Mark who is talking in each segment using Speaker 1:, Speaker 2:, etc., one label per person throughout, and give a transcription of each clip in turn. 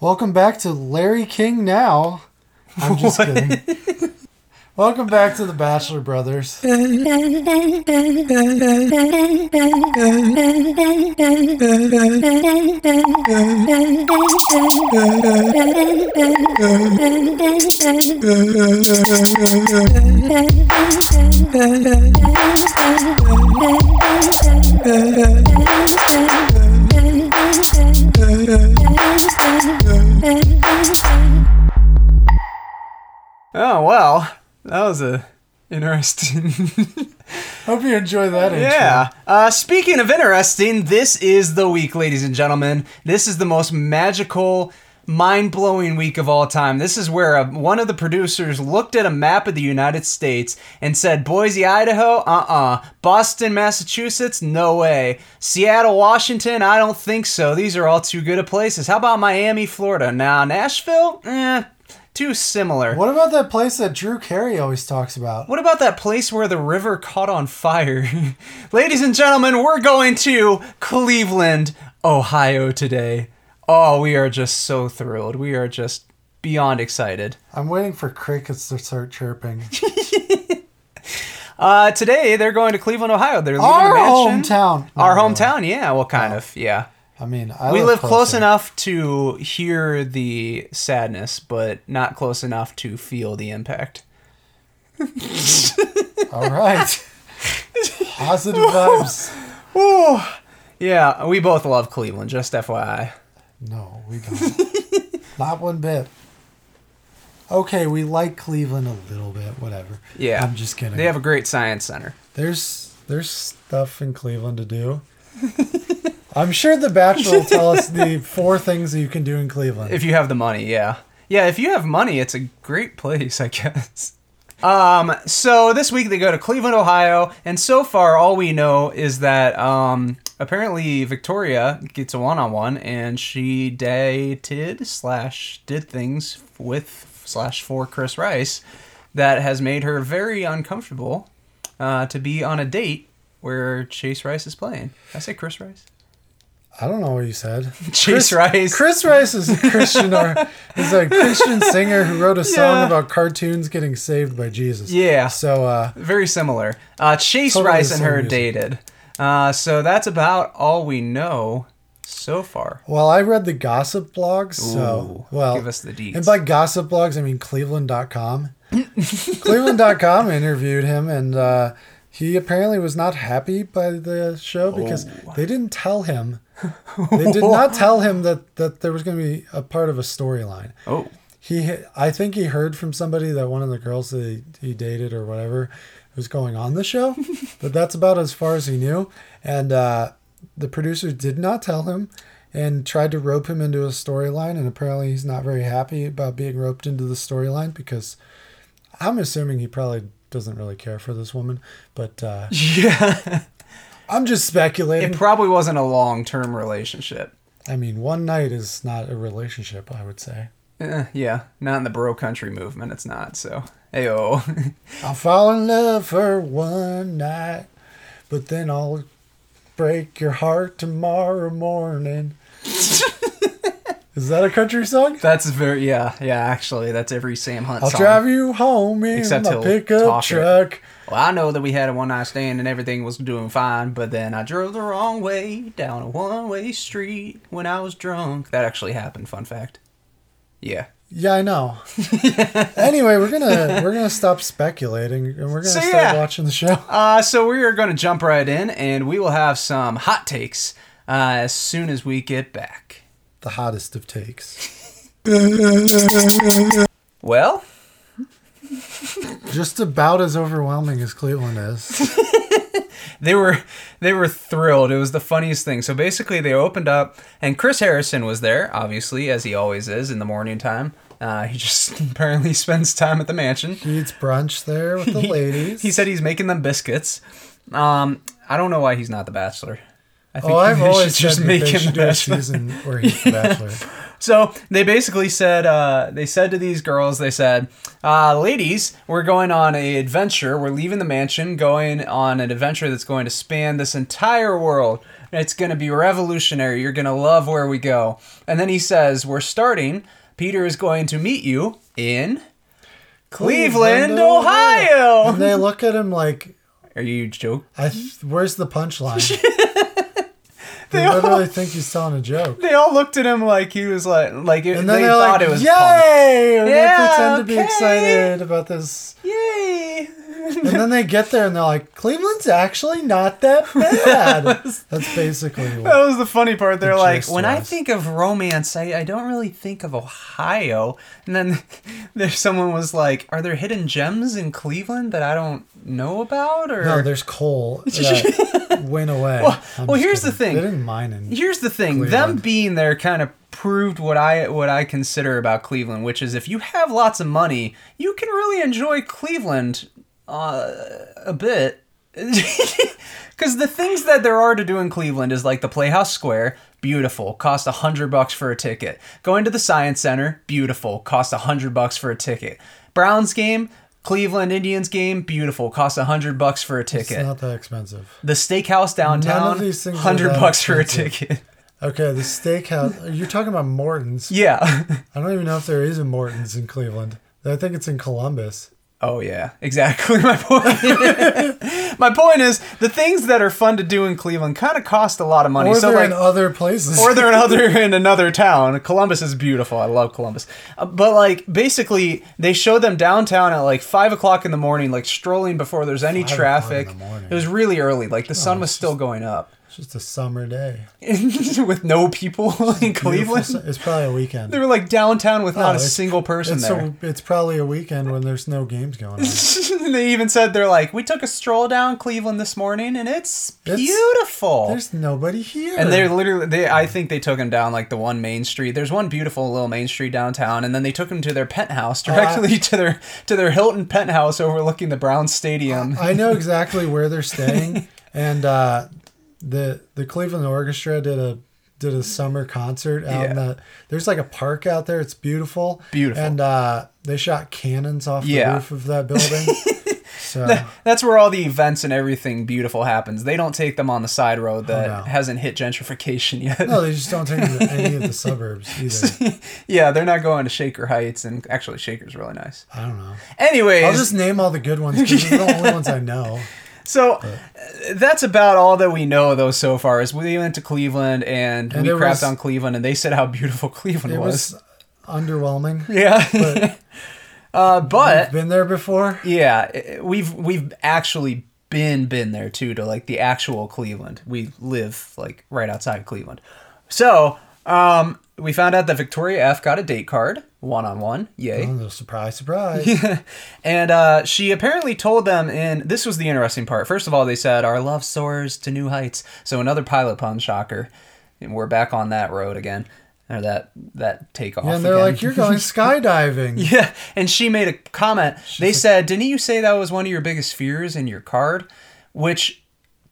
Speaker 1: Welcome back to Larry King Now. I'm just
Speaker 2: What?
Speaker 1: kidding. Welcome back to the Bachelor Brothers.
Speaker 2: Oh wow, that was a interesting.
Speaker 1: Hope you enjoy that intro.
Speaker 2: yeah. Uh, speaking of interesting, this is the week, ladies and gentlemen. This is the most magical, mind-blowing week of all time. This is where uh one of the producers looked at a map of the United States and said, "Boise, Idaho, uh-uh. Boston, Massachusetts, no way. Seattle, Washington, I don't think so. These are all too good of places. How about Miami, Florida? Now, Nashville, eh, too similar."
Speaker 1: What about that place that Drew Carey always talks about?
Speaker 2: What about that place where the river caught on fire? Ladies and gentlemen, we're going to Cleveland, Ohio today. Oh, we are just so thrilled. We are just beyond excited.
Speaker 1: I'm waiting for crickets to start chirping.
Speaker 2: Uh, today they're going to Cleveland, Ohio. They're leaving
Speaker 1: Our
Speaker 2: the mansion.
Speaker 1: hometown.
Speaker 2: Our
Speaker 1: No, no.
Speaker 2: hometown, yeah. Well, kind of, yeah.
Speaker 1: I mean, I
Speaker 2: We live close
Speaker 1: closer.
Speaker 2: enough to hear the sadness, but not close enough to feel the impact.
Speaker 1: All right. Positive vibes.
Speaker 2: Ooh. Yeah, we both love Cleveland, just FYI.
Speaker 1: No, we don't. Not one bit. Okay, we like Cleveland a little bit. Whatever.
Speaker 2: Yeah.
Speaker 1: I'm just kidding.
Speaker 2: They have a great science center.
Speaker 1: There's there's stuff in Cleveland to do. I'm sure The Bachelor will tell us the four things that you can do in Cleveland.
Speaker 2: If you have the money, yeah. Yeah, if you have money, it's a great place, I guess. Um, so this week they go to Cleveland, Ohio, and so far all we know is that um apparently Victoria gets a one on one and she dated slash did things with slash for Chris Rice that has made her very uncomfortable uh, to be on a date where Chase Rice is playing. Did I say Chris Rice?
Speaker 1: I don't know what you said.
Speaker 2: Chase Rice.
Speaker 1: Chris Rice is a Christian or is a Christian singer who wrote a song
Speaker 2: Yeah.
Speaker 1: about cartoons getting saved by Jesus.
Speaker 2: Yeah.
Speaker 1: So uh
Speaker 2: very similar. Uh, Chase
Speaker 1: Totally
Speaker 2: Rice
Speaker 1: the
Speaker 2: and
Speaker 1: same
Speaker 2: her
Speaker 1: music.
Speaker 2: dated. Uh, so that's about all we know so far.
Speaker 1: well I read the gossip blogs, so
Speaker 2: Ooh,
Speaker 1: well
Speaker 2: give us the deets.
Speaker 1: And by gossip blogs I mean cleveland.com. cleveland.com interviewed him and uh he apparently was not happy by the show because
Speaker 2: Oh.
Speaker 1: they didn't tell him they did not tell him that that there was going to be a part of a storyline.
Speaker 2: Oh,
Speaker 1: he i think he heard from somebody that one of the girls that he, he dated or whatever was going on the show but that's about as far as he knew and uh, the producers did not tell him and tried to rope him into a storyline and apparently he's not very happy about being roped into the storyline because i'm assuming he probably doesn't really care for this woman but uh,
Speaker 2: yeah.
Speaker 1: i'm just speculating
Speaker 2: It probably wasn't a long-term relationship.
Speaker 1: i mean one night is not a relationship i would say
Speaker 2: Eh, yeah, not in the bro country movement. It's not. So, ayo.
Speaker 1: I'll fall in love for one night, but then I'll break your heart tomorrow morning. Is that a country song?
Speaker 2: that's very yeah yeah. Actually, that's every Sam Hunt
Speaker 1: I'll
Speaker 2: song.
Speaker 1: drive you home in
Speaker 2: Except
Speaker 1: my
Speaker 2: he'll
Speaker 1: pickup
Speaker 2: talk it.
Speaker 1: truck.
Speaker 2: Well, I know that we had a one night stand and everything was doing fine, but then I drove the wrong way down a one way street when I was drunk. That actually happened. Fun fact. Yeah.
Speaker 1: Yeah, I know. anyway, we're gonna we're gonna stop speculating and we're gonna
Speaker 2: So,
Speaker 1: start
Speaker 2: yeah.
Speaker 1: watching the show.
Speaker 2: Uh, so we are going to jump right in, and we will have some hot takes uh, as soon as we get back.
Speaker 1: The hottest of takes.
Speaker 2: Well,
Speaker 1: Just about as overwhelming as Cleveland is.
Speaker 2: they were they were thrilled. It was the funniest thing. So basically, they opened up, and Chris Harrison was there, obviously, as he always is in the morning time. Uh, he just apparently spends time at the mansion.
Speaker 1: He eats brunch there with the ladies.
Speaker 2: He said he's making them biscuits. Um, I don't know why he's not the bachelor. I think
Speaker 1: Oh, I've
Speaker 2: they
Speaker 1: always
Speaker 2: should
Speaker 1: said that they should
Speaker 2: the
Speaker 1: do a
Speaker 2: bachelor.
Speaker 1: season where he's the bachelor.
Speaker 2: So they basically said, uh, they said to these girls, they said, uh, ladies, we're going on an adventure. We're leaving the mansion, going on an adventure that's going to span this entire world. It's going to be revolutionary. You're going to love where we go. And then he says, We're starting. Peter is going to meet you in Cleveland, Ohio.
Speaker 1: And they look at him like,
Speaker 2: Are you joking?
Speaker 1: I th- where's the punchline? they literally think he's telling a joke.
Speaker 2: They all looked at him like he was like, like it,
Speaker 1: And then
Speaker 2: they
Speaker 1: they are
Speaker 2: thought
Speaker 1: like,
Speaker 2: it was
Speaker 1: yay!
Speaker 2: punk.
Speaker 1: And
Speaker 2: Yeah,
Speaker 1: they pretend to be
Speaker 2: okay.
Speaker 1: excited about this.
Speaker 2: Yay!
Speaker 1: And then they get there and they're like, Cleveland's actually not that bad. That's basically what.
Speaker 2: That was the funny part. They're
Speaker 1: The
Speaker 2: like,
Speaker 1: gist
Speaker 2: when I
Speaker 1: was-
Speaker 2: think of romance, I, I don't really think of Ohio. And then there someone was like, Are there hidden gems in Cleveland that I don't know about? Or
Speaker 1: No, there's coal that went away. Well,
Speaker 2: well, here's the thing.
Speaker 1: They didn't mine it.
Speaker 2: here's the thing them
Speaker 1: Cleveland.
Speaker 2: being there kind of proved what i what i consider about cleveland which is if you have lots of money you can really enjoy cleveland uh, a bit because the things that there are to do in cleveland is like the playhouse square beautiful cost a hundred bucks for a ticket going to the science center beautiful cost a hundred bucks for a ticket browns game cleveland indians game beautiful cost a hundred bucks for a
Speaker 1: It's
Speaker 2: ticket
Speaker 1: not that expensive.
Speaker 2: the steakhouse downtown
Speaker 1: these things are
Speaker 2: 100
Speaker 1: that
Speaker 2: bucks for a
Speaker 1: expensive.
Speaker 2: ticket
Speaker 1: Okay, the steakhouse. Are you talking about Morton's?
Speaker 2: Yeah.
Speaker 1: I don't even know if there is a Morton's in Cleveland. I think it's in Columbus.
Speaker 2: Oh yeah, exactly. My point. my point is the things that are fun to do in Cleveland kind of cost a lot of money.
Speaker 1: Or
Speaker 2: so
Speaker 1: they're
Speaker 2: like,
Speaker 1: in other places.
Speaker 2: or they're in other in another town. Columbus is beautiful. I love Columbus. Uh, but like basically, they show them downtown at like five o'clock in the morning, like strolling before there's any
Speaker 1: 5 o'clock in
Speaker 2: traffic.
Speaker 1: the morning. Oh,
Speaker 2: It was really early. Like the sun was still going up.
Speaker 1: it's just a summer day.
Speaker 2: With no people in Cleveland,
Speaker 1: Beautiful su- It's probably a weekend.
Speaker 2: they were like downtown with
Speaker 1: Oh,
Speaker 2: not a
Speaker 1: it's-
Speaker 2: single person
Speaker 1: it's
Speaker 2: there.
Speaker 1: A, it's probably a weekend when there's no games going on. It's
Speaker 2: they even said they're like, we took a stroll down Cleveland this morning, and it's
Speaker 1: It's-
Speaker 2: beautiful.
Speaker 1: There's nobody here.
Speaker 2: And they're literally, they I think they took him down like the one main street. There's one beautiful little main street downtown, and then they took him to their penthouse
Speaker 1: I-
Speaker 2: directly to their to their Hilton penthouse overlooking the Browns Stadium.
Speaker 1: I know exactly where they're staying, and uh, the the Cleveland Orchestra did a did a summer concert out in
Speaker 2: Yeah.
Speaker 1: the. There's like a park out there. It's beautiful.
Speaker 2: Beautiful.
Speaker 1: And uh, they shot cannons off
Speaker 2: Yeah.
Speaker 1: the roof of that building. so
Speaker 2: That's where all the events and everything beautiful happens. They don't take them on the side road that
Speaker 1: Oh, no.
Speaker 2: hasn't hit gentrification yet.
Speaker 1: no, they just don't take them to any of the suburbs either.
Speaker 2: yeah, they're not going to Shaker Heights, and actually, Shaker's really nice.
Speaker 1: I don't know.
Speaker 2: Anyways,
Speaker 1: I'll just name all the good ones because they're the only ones I know.
Speaker 2: So uh, that's about all that we know, though, so far. Is we went to Cleveland and, we
Speaker 1: it
Speaker 2: crapped
Speaker 1: was-
Speaker 2: on Cleveland, and they said how beautiful Cleveland
Speaker 1: It
Speaker 2: was.
Speaker 1: was underwhelming.
Speaker 2: Yeah,
Speaker 1: But-
Speaker 2: uh, but
Speaker 1: Been there before.
Speaker 2: yeah, i- we've we've actually been been there too to like the actual Cleveland. We live like right outside Cleveland, so um, we found out that Victoria F got a date card, one on one. Yay!
Speaker 1: Oh, surprise, surprise.
Speaker 2: and uh, she apparently told them in this was the interesting part first of all they said our love soars to new heights so another pilot pun shocker and we're back on that road again or that that takeoff
Speaker 1: And they're
Speaker 2: again.
Speaker 1: like, you're going skydiving.
Speaker 2: yeah and she made a comment they said didn't you say that was one of your biggest fears in your card which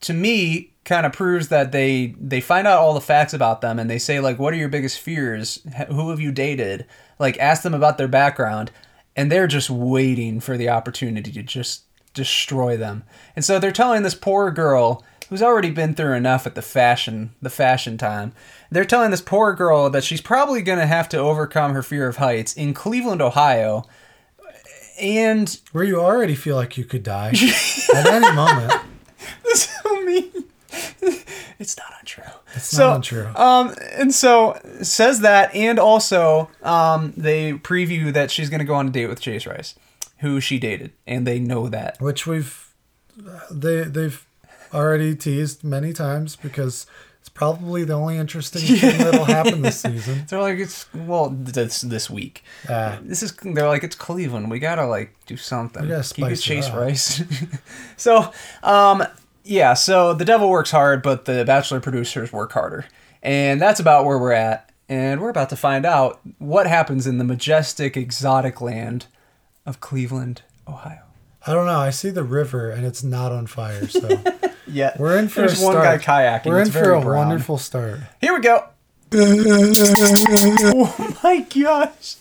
Speaker 2: to me kind of proves that they they find out all the facts about them and they say like what are your biggest fears H- who have you dated like ask them about their background and they're just waiting for the opportunity to just destroy them and so they're telling this poor girl who's already been through enough at the fashion the fashion time they're telling this poor girl that she's probably going to have to overcome her fear of heights in cleveland ohio and
Speaker 1: Where you already feel like you could die at any moment.
Speaker 2: so mean. It's not untrue. It's
Speaker 1: not untrue.
Speaker 2: Um, and so says that, and also um, they preview that she's gonna go on a date with Chase Rice, who she dated, and they know that.
Speaker 1: Which we've they they've already teased many times because it's probably the only interesting thing that'll happen this season.
Speaker 2: They're like, it's well, this this week.
Speaker 1: Uh,
Speaker 2: This is they're like, it's Cleveland. We gotta like do something.
Speaker 1: gotta
Speaker 2: Keep it
Speaker 1: spice it
Speaker 2: Chase
Speaker 1: up.
Speaker 2: Rice. so, um, yeah. So the devil works hard, but the Bachelor producers work harder, and that's about where we're at. And we're about to find out what happens in the majestic, exotic land of Cleveland, Ohio.
Speaker 1: I don't know. I see the river and it's not on fire, so
Speaker 2: Yeah,
Speaker 1: we're in for
Speaker 2: There's
Speaker 1: a
Speaker 2: one
Speaker 1: start.
Speaker 2: guy kayaking.
Speaker 1: We're
Speaker 2: It's
Speaker 1: in for
Speaker 2: very
Speaker 1: a
Speaker 2: brown.
Speaker 1: wonderful start.
Speaker 2: Here we go. oh my gosh!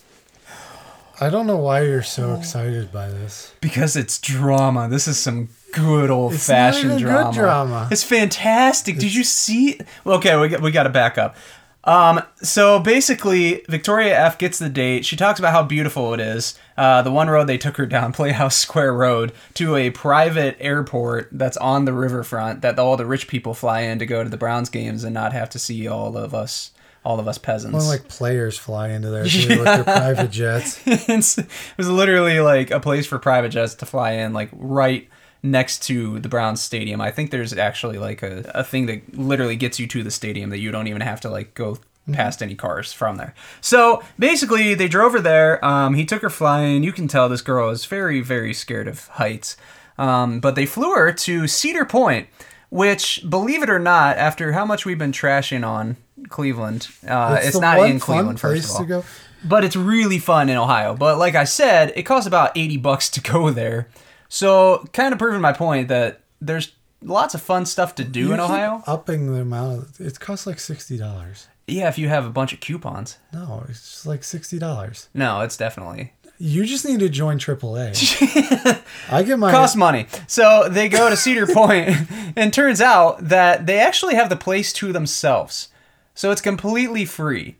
Speaker 1: I don't know why you're so excited by this.
Speaker 2: Because it's drama. This is some good old
Speaker 1: It's not
Speaker 2: fashioned
Speaker 1: even good
Speaker 2: drama.
Speaker 1: drama.
Speaker 2: It's fantastic. Did you see? Okay, we got, we got to back up. Um, so basically, Victoria F gets the date. She talks about how beautiful it is. Uh, the one road they took her down, Playhouse Square Road, to a private airport that's on the riverfront that all the rich people fly in to go to the Browns games and not have to see all of us, all of us peasants.
Speaker 1: Well, like players fly into there too, with their private jets.
Speaker 2: it's, it was literally like a place for private jets to fly in, like right next to the Browns stadium. I think there's actually like a, a thing that literally gets you to the stadium that you don't even have to like go
Speaker 1: Mm-hmm.
Speaker 2: past any cars from there. So basically, they drove her there. Um, he took her flying. You can tell this girl is very, very scared of heights. Um, but they flew her to Cedar Point, which, believe it or not, after how much we've been trashing on Cleveland, uh, it's,
Speaker 1: the
Speaker 2: not
Speaker 1: one
Speaker 2: in
Speaker 1: fun
Speaker 2: Cleveland, first of
Speaker 1: place
Speaker 2: all
Speaker 1: to go.
Speaker 2: but it's really fun in Ohio. But like I said, it costs about 80 bucks to go there. So, kind of proving my point that there's lots of fun stuff to do
Speaker 1: You
Speaker 2: in
Speaker 1: keep
Speaker 2: Ohio.
Speaker 1: Upping the amount. It costs like sixty dollars.
Speaker 2: Yeah, if you have a bunch of coupons.
Speaker 1: No, it's just like sixty dollars.
Speaker 2: No, it's definitely
Speaker 1: You just need to join AAA. I get my
Speaker 2: costs money. So, they go to Cedar Point and turns out that they actually have the place to themselves. So, it's completely free.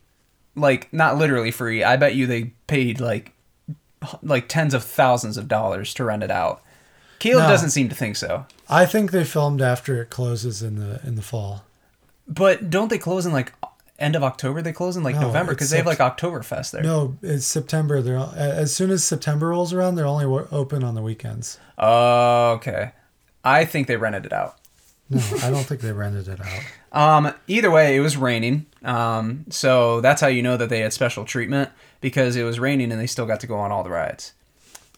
Speaker 2: Like not literally free. I bet you they paid like h- like tens of thousands of dollars to rent it out. Caleb
Speaker 1: No.
Speaker 2: doesn't seem to think so.
Speaker 1: I think they filmed after it closes in the in the fall.
Speaker 2: But don't they close in like end of October? They close in like
Speaker 1: No,
Speaker 2: November because they have like Oktoberfest there.
Speaker 1: No, it's September. They're a- as soon as September rolls around, they're only wo- open on the weekends.
Speaker 2: Oh, okay. I think they rented it out.
Speaker 1: No, I don't think they rented it out.
Speaker 2: Um, either way, it was raining. Um, so that's how you know that they had special treatment because it was raining and they still got to go on all the rides,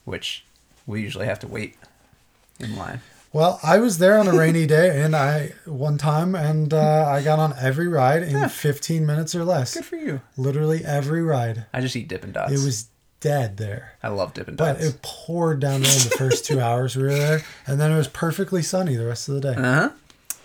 Speaker 2: which we usually have to wait in line.
Speaker 1: Well, I was there on a rainy day, and I one time, and uh, I got on every ride in 15 minutes or less.
Speaker 2: Good for you.
Speaker 1: Literally every ride.
Speaker 2: I just eat Dippin' Dots.
Speaker 1: It was dead there,
Speaker 2: I love Dippin'
Speaker 1: but
Speaker 2: Dots.
Speaker 1: it poured down rain the first two hours we were there, and then it was perfectly sunny the rest of the day.
Speaker 2: Uh-huh.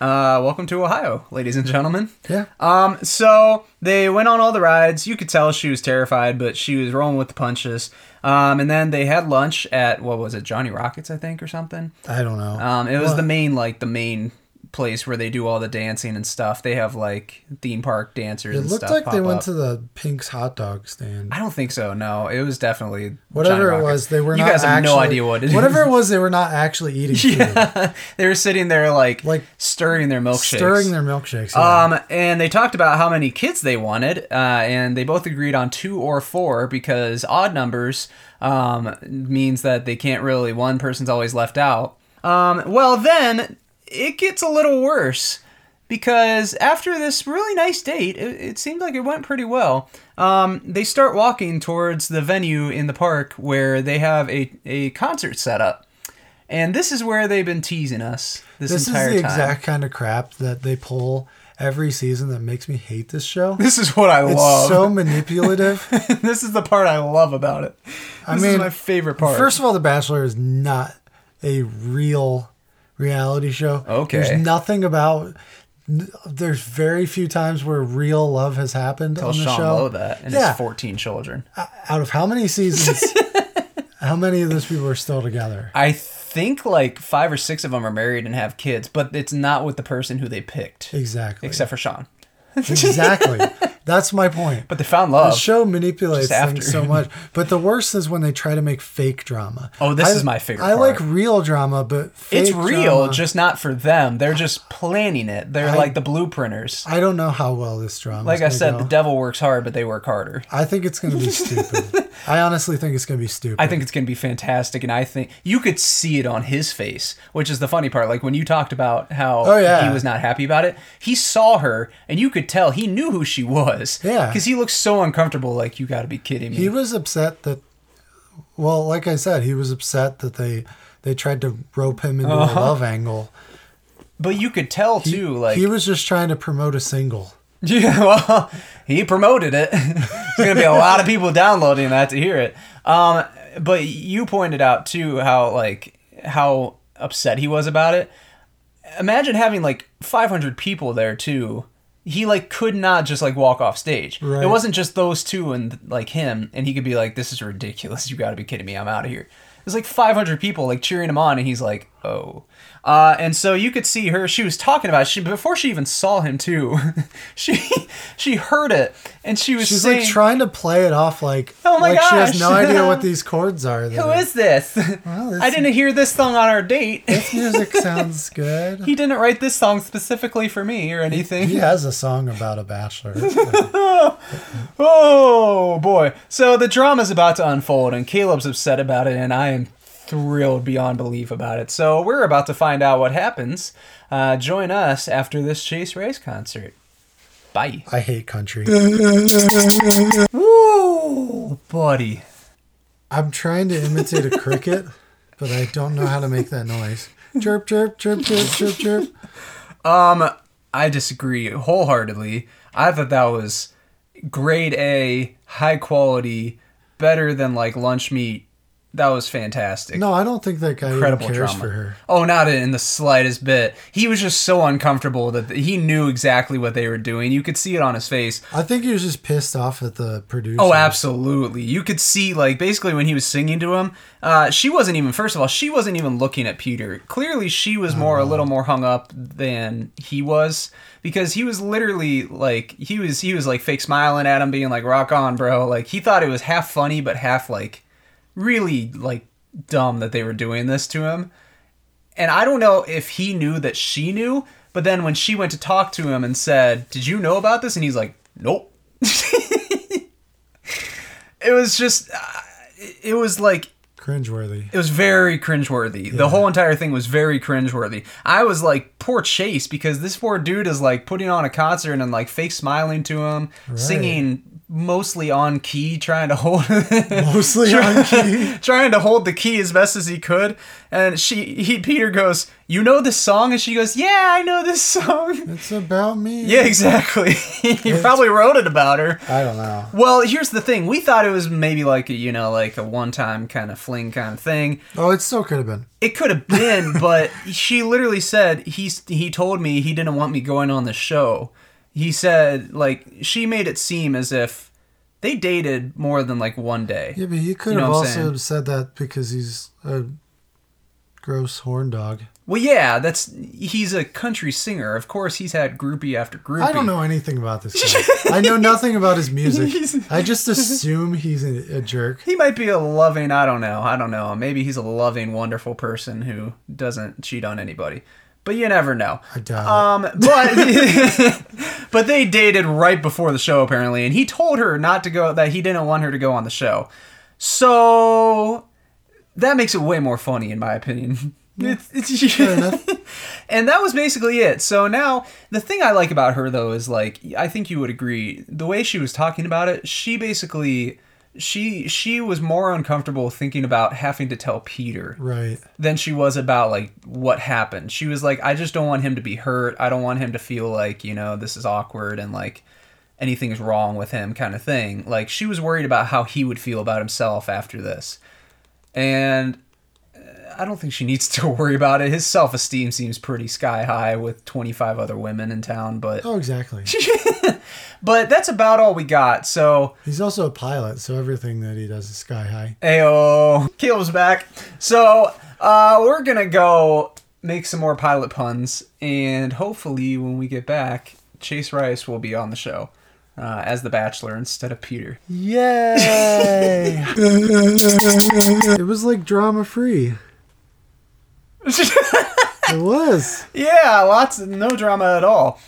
Speaker 2: Uh, welcome to Ohio, ladies and gentlemen.
Speaker 1: Yeah,
Speaker 2: Um, so they went on all the rides. You could tell she was terrified, but she was rolling with the punches. Um, and then they had lunch at what was it, Johnny Rockets, I think, or something.
Speaker 1: I don't know.
Speaker 2: Um, it was
Speaker 1: Well,
Speaker 2: the main like the main place where they do all the dancing and stuff. They have like theme park dancers.
Speaker 1: It
Speaker 2: and
Speaker 1: looked
Speaker 2: stuff
Speaker 1: like they
Speaker 2: pop
Speaker 1: went
Speaker 2: up.
Speaker 1: to the Pink's hot dog stand.
Speaker 2: I don't think so. No, it was definitely Johnny
Speaker 1: Whatever it
Speaker 2: Rockets.
Speaker 1: was, they were
Speaker 2: You
Speaker 1: not
Speaker 2: guys have no
Speaker 1: actually-
Speaker 2: idea what it
Speaker 1: Whatever
Speaker 2: is.
Speaker 1: it was, they were not actually eating food.
Speaker 2: they were sitting there like
Speaker 1: Like,
Speaker 2: stirring their milkshakes.
Speaker 1: Stirring their milkshakes. yeah.
Speaker 2: Um, and they talked about how many kids they wanted, uh, and they both agreed on two or four because odd numbers um, means that they can't really, one person's always left out. Um, well, then it gets a little worse because after this really nice date, it, it seemed like it went pretty well. Um, they start walking towards the venue in the park where they have a, a concert set up. And this is where they've been teasing us this,
Speaker 1: this is
Speaker 2: entire
Speaker 1: the
Speaker 2: time.
Speaker 1: exact kind of crap that they pull every season that makes me hate this show.
Speaker 2: This is what I
Speaker 1: It's
Speaker 2: love.
Speaker 1: so manipulative.
Speaker 2: this is the part I love about it. This
Speaker 1: I
Speaker 2: is
Speaker 1: mean,
Speaker 2: my favorite part.
Speaker 1: First of all, The Bachelor is not a real reality show.
Speaker 2: Okay.
Speaker 1: There's nothing about. n- There's very few times where real love has happened
Speaker 2: tell
Speaker 1: on the
Speaker 2: Sean
Speaker 1: show.
Speaker 2: Lowe that and
Speaker 1: yeah.
Speaker 2: his 14 children.
Speaker 1: Out of how many seasons? how many of those people are still together?
Speaker 2: I think like five or six of them are married and have kids, but it's not with the person who they picked,
Speaker 1: Exactly.
Speaker 2: except for Sean.
Speaker 1: exactly. That's my point.
Speaker 2: But they found love.
Speaker 1: the show manipulates
Speaker 2: Just after.
Speaker 1: things so much. But the worst is when they try to make fake drama.
Speaker 2: Oh, this
Speaker 1: I-
Speaker 2: is my favorite
Speaker 1: I like
Speaker 2: part.
Speaker 1: real drama, but fake
Speaker 2: it's real,
Speaker 1: drama-
Speaker 2: just not for them. They're just planning it. They're
Speaker 1: I-
Speaker 2: like the blueprinters.
Speaker 1: I don't know how well this drama.
Speaker 2: Like I said,
Speaker 1: go.
Speaker 2: the devil works hard, but they work harder.
Speaker 1: I think it's going to be stupid. I honestly think it's going to be stupid.
Speaker 2: I think it's going to be fantastic, and I think you could see it on his face, which is the funny part. Like when you talked about how
Speaker 1: Oh, yeah.
Speaker 2: he was not happy about it, he saw her, and you could tell he knew who she was.
Speaker 1: Yeah.
Speaker 2: because he looked so uncomfortable. Like you got to be kidding me.
Speaker 1: he was upset that. Well, like I said, he was upset that they they tried to rope him into a love angle.
Speaker 2: but you could tell too. Uh-huh. Like
Speaker 1: he was just trying to promote a single.
Speaker 2: Yeah, well, he promoted it. There's gonna be a lot of people downloading that to hear it. Um, but you pointed out too how like how upset he was about it. Imagine having like 500 people there too. He like could not just like walk off stage.
Speaker 1: Right.
Speaker 2: It wasn't just those two and like him, and he could be like, "This is ridiculous. You got to be kidding me. I'm out of here." There's like 500 people like cheering him on, and he's like, oh. Uh, and so you could see her. She was talking about it. she before she even saw him too. she she heard it, and she was
Speaker 1: She's
Speaker 2: saying,
Speaker 1: like trying to play it off like,
Speaker 2: Oh my
Speaker 1: like she has
Speaker 2: gosh.
Speaker 1: no idea what these chords are. that
Speaker 2: "Who
Speaker 1: are-
Speaker 2: is this?
Speaker 1: this-
Speaker 2: I didn't hear this song on our date.
Speaker 1: This music sounds good.
Speaker 2: he didn't write this song specifically for me or anything."
Speaker 1: He has a song about a bachelor.
Speaker 2: Oh boy. So the drama's about to unfold and Caleb's upset about it and I am thrilled beyond belief about it. So we're about to find out what happens. Uh, join us after this Chase Race concert. Bye.
Speaker 1: I hate country.
Speaker 2: Woo, buddy.
Speaker 1: I'm trying to imitate a cricket, but I don't know how to make that noise. Chirp, chirp, chirp, chirp, chirp, chirp.
Speaker 2: I disagree wholeheartedly. I thought that was grade A, high quality, better than like lunch meat. That was fantastic.
Speaker 1: No, I don't think that guy even
Speaker 2: incredible
Speaker 1: cares
Speaker 2: drama.
Speaker 1: for her.
Speaker 2: Oh, not in the slightest bit. He was just so uncomfortable that he knew exactly what they were doing. You could see it on his face.
Speaker 1: I think he was just pissed off at the producer.
Speaker 2: Oh, absolutely. You could see, like, basically when he was singing to him, uh, she wasn't even, first of all, she wasn't even looking at Peter. Clearly, she was more, a little more hung up than he was because he was literally, like, he was, he was, like, fake smiling at him, being like, rock on, bro. Like, he thought it was half funny, but half, like, really, like, dumb that they were doing this to him. And I don't know if he knew that she knew, but then when she went to talk to him and said, Did you know about this? And he's like, Nope. it was just uh, it- it was like
Speaker 1: Cringeworthy.
Speaker 2: it was very cringeworthy the whole entire thing was very cringeworthy i was like poor chase because this poor dude is like putting on a concert and like fake smiling to him singing mostly on key trying to hold
Speaker 1: Mostly on key.
Speaker 2: trying to hold the key as best as he could and she he peter goes you know this song and she goes yeah i know this song
Speaker 1: It's about me.
Speaker 2: yeah exactly he probably wrote it about her
Speaker 1: I don't know.
Speaker 2: well, here's the thing. We thought it was maybe like a, you know, like a one-time kind of fling kind of thing.
Speaker 1: Oh, it still could have been.
Speaker 2: It could have been, but she literally said he he told me he didn't want me going on the show. He said like she made it seem as if they dated more than like one day.
Speaker 1: Yeah, but he could
Speaker 2: You know
Speaker 1: have
Speaker 2: what I'm
Speaker 1: also
Speaker 2: saying?
Speaker 1: said that because he's a gross horn dog.
Speaker 2: Well, yeah, that's he's a country singer. Of course, he's had groupie after groupie.
Speaker 1: I don't know anything about this guy. I know nothing about his music.
Speaker 2: He's-
Speaker 1: I just assume he's a, a jerk.
Speaker 2: He might be a loving, I don't know, I don't know. Maybe he's a loving, wonderful person who doesn't cheat on anybody. But you never know.
Speaker 1: I doubt it.
Speaker 2: Um, but but they dated right before the show apparently, and he told her not to go that he didn't want her to go on the show. So that makes it way more funny, in my opinion. It's, it's,
Speaker 1: enough.
Speaker 2: and that was basically it. So now the thing I like about her though is like I think you would agree the way she was talking about it. She basically she she was more uncomfortable thinking about having to tell Peter
Speaker 1: Right.
Speaker 2: than she was about like what happened. She was like, I just don't want him to be hurt. I don't want him to feel like, you know, this is awkward and like anything's wrong with him kind of thing. Like she was worried about how he would feel about himself after this. And uh, I don't think she needs to worry about it. His self esteem seems pretty sky high with 25 other women in town, but
Speaker 1: Oh, exactly.
Speaker 2: but that's about all we got. So,
Speaker 1: He's also a pilot, so everything that he does is sky high.
Speaker 2: Ayo, Caleb's back. So uh, we're gonna go make some more pilot puns, and hopefully, when we get back, Chase Rice will be on the show uh, as the Bachelor instead of Peter.
Speaker 1: Yay! it was like drama free. It was.
Speaker 2: yeah, lots of no drama at all.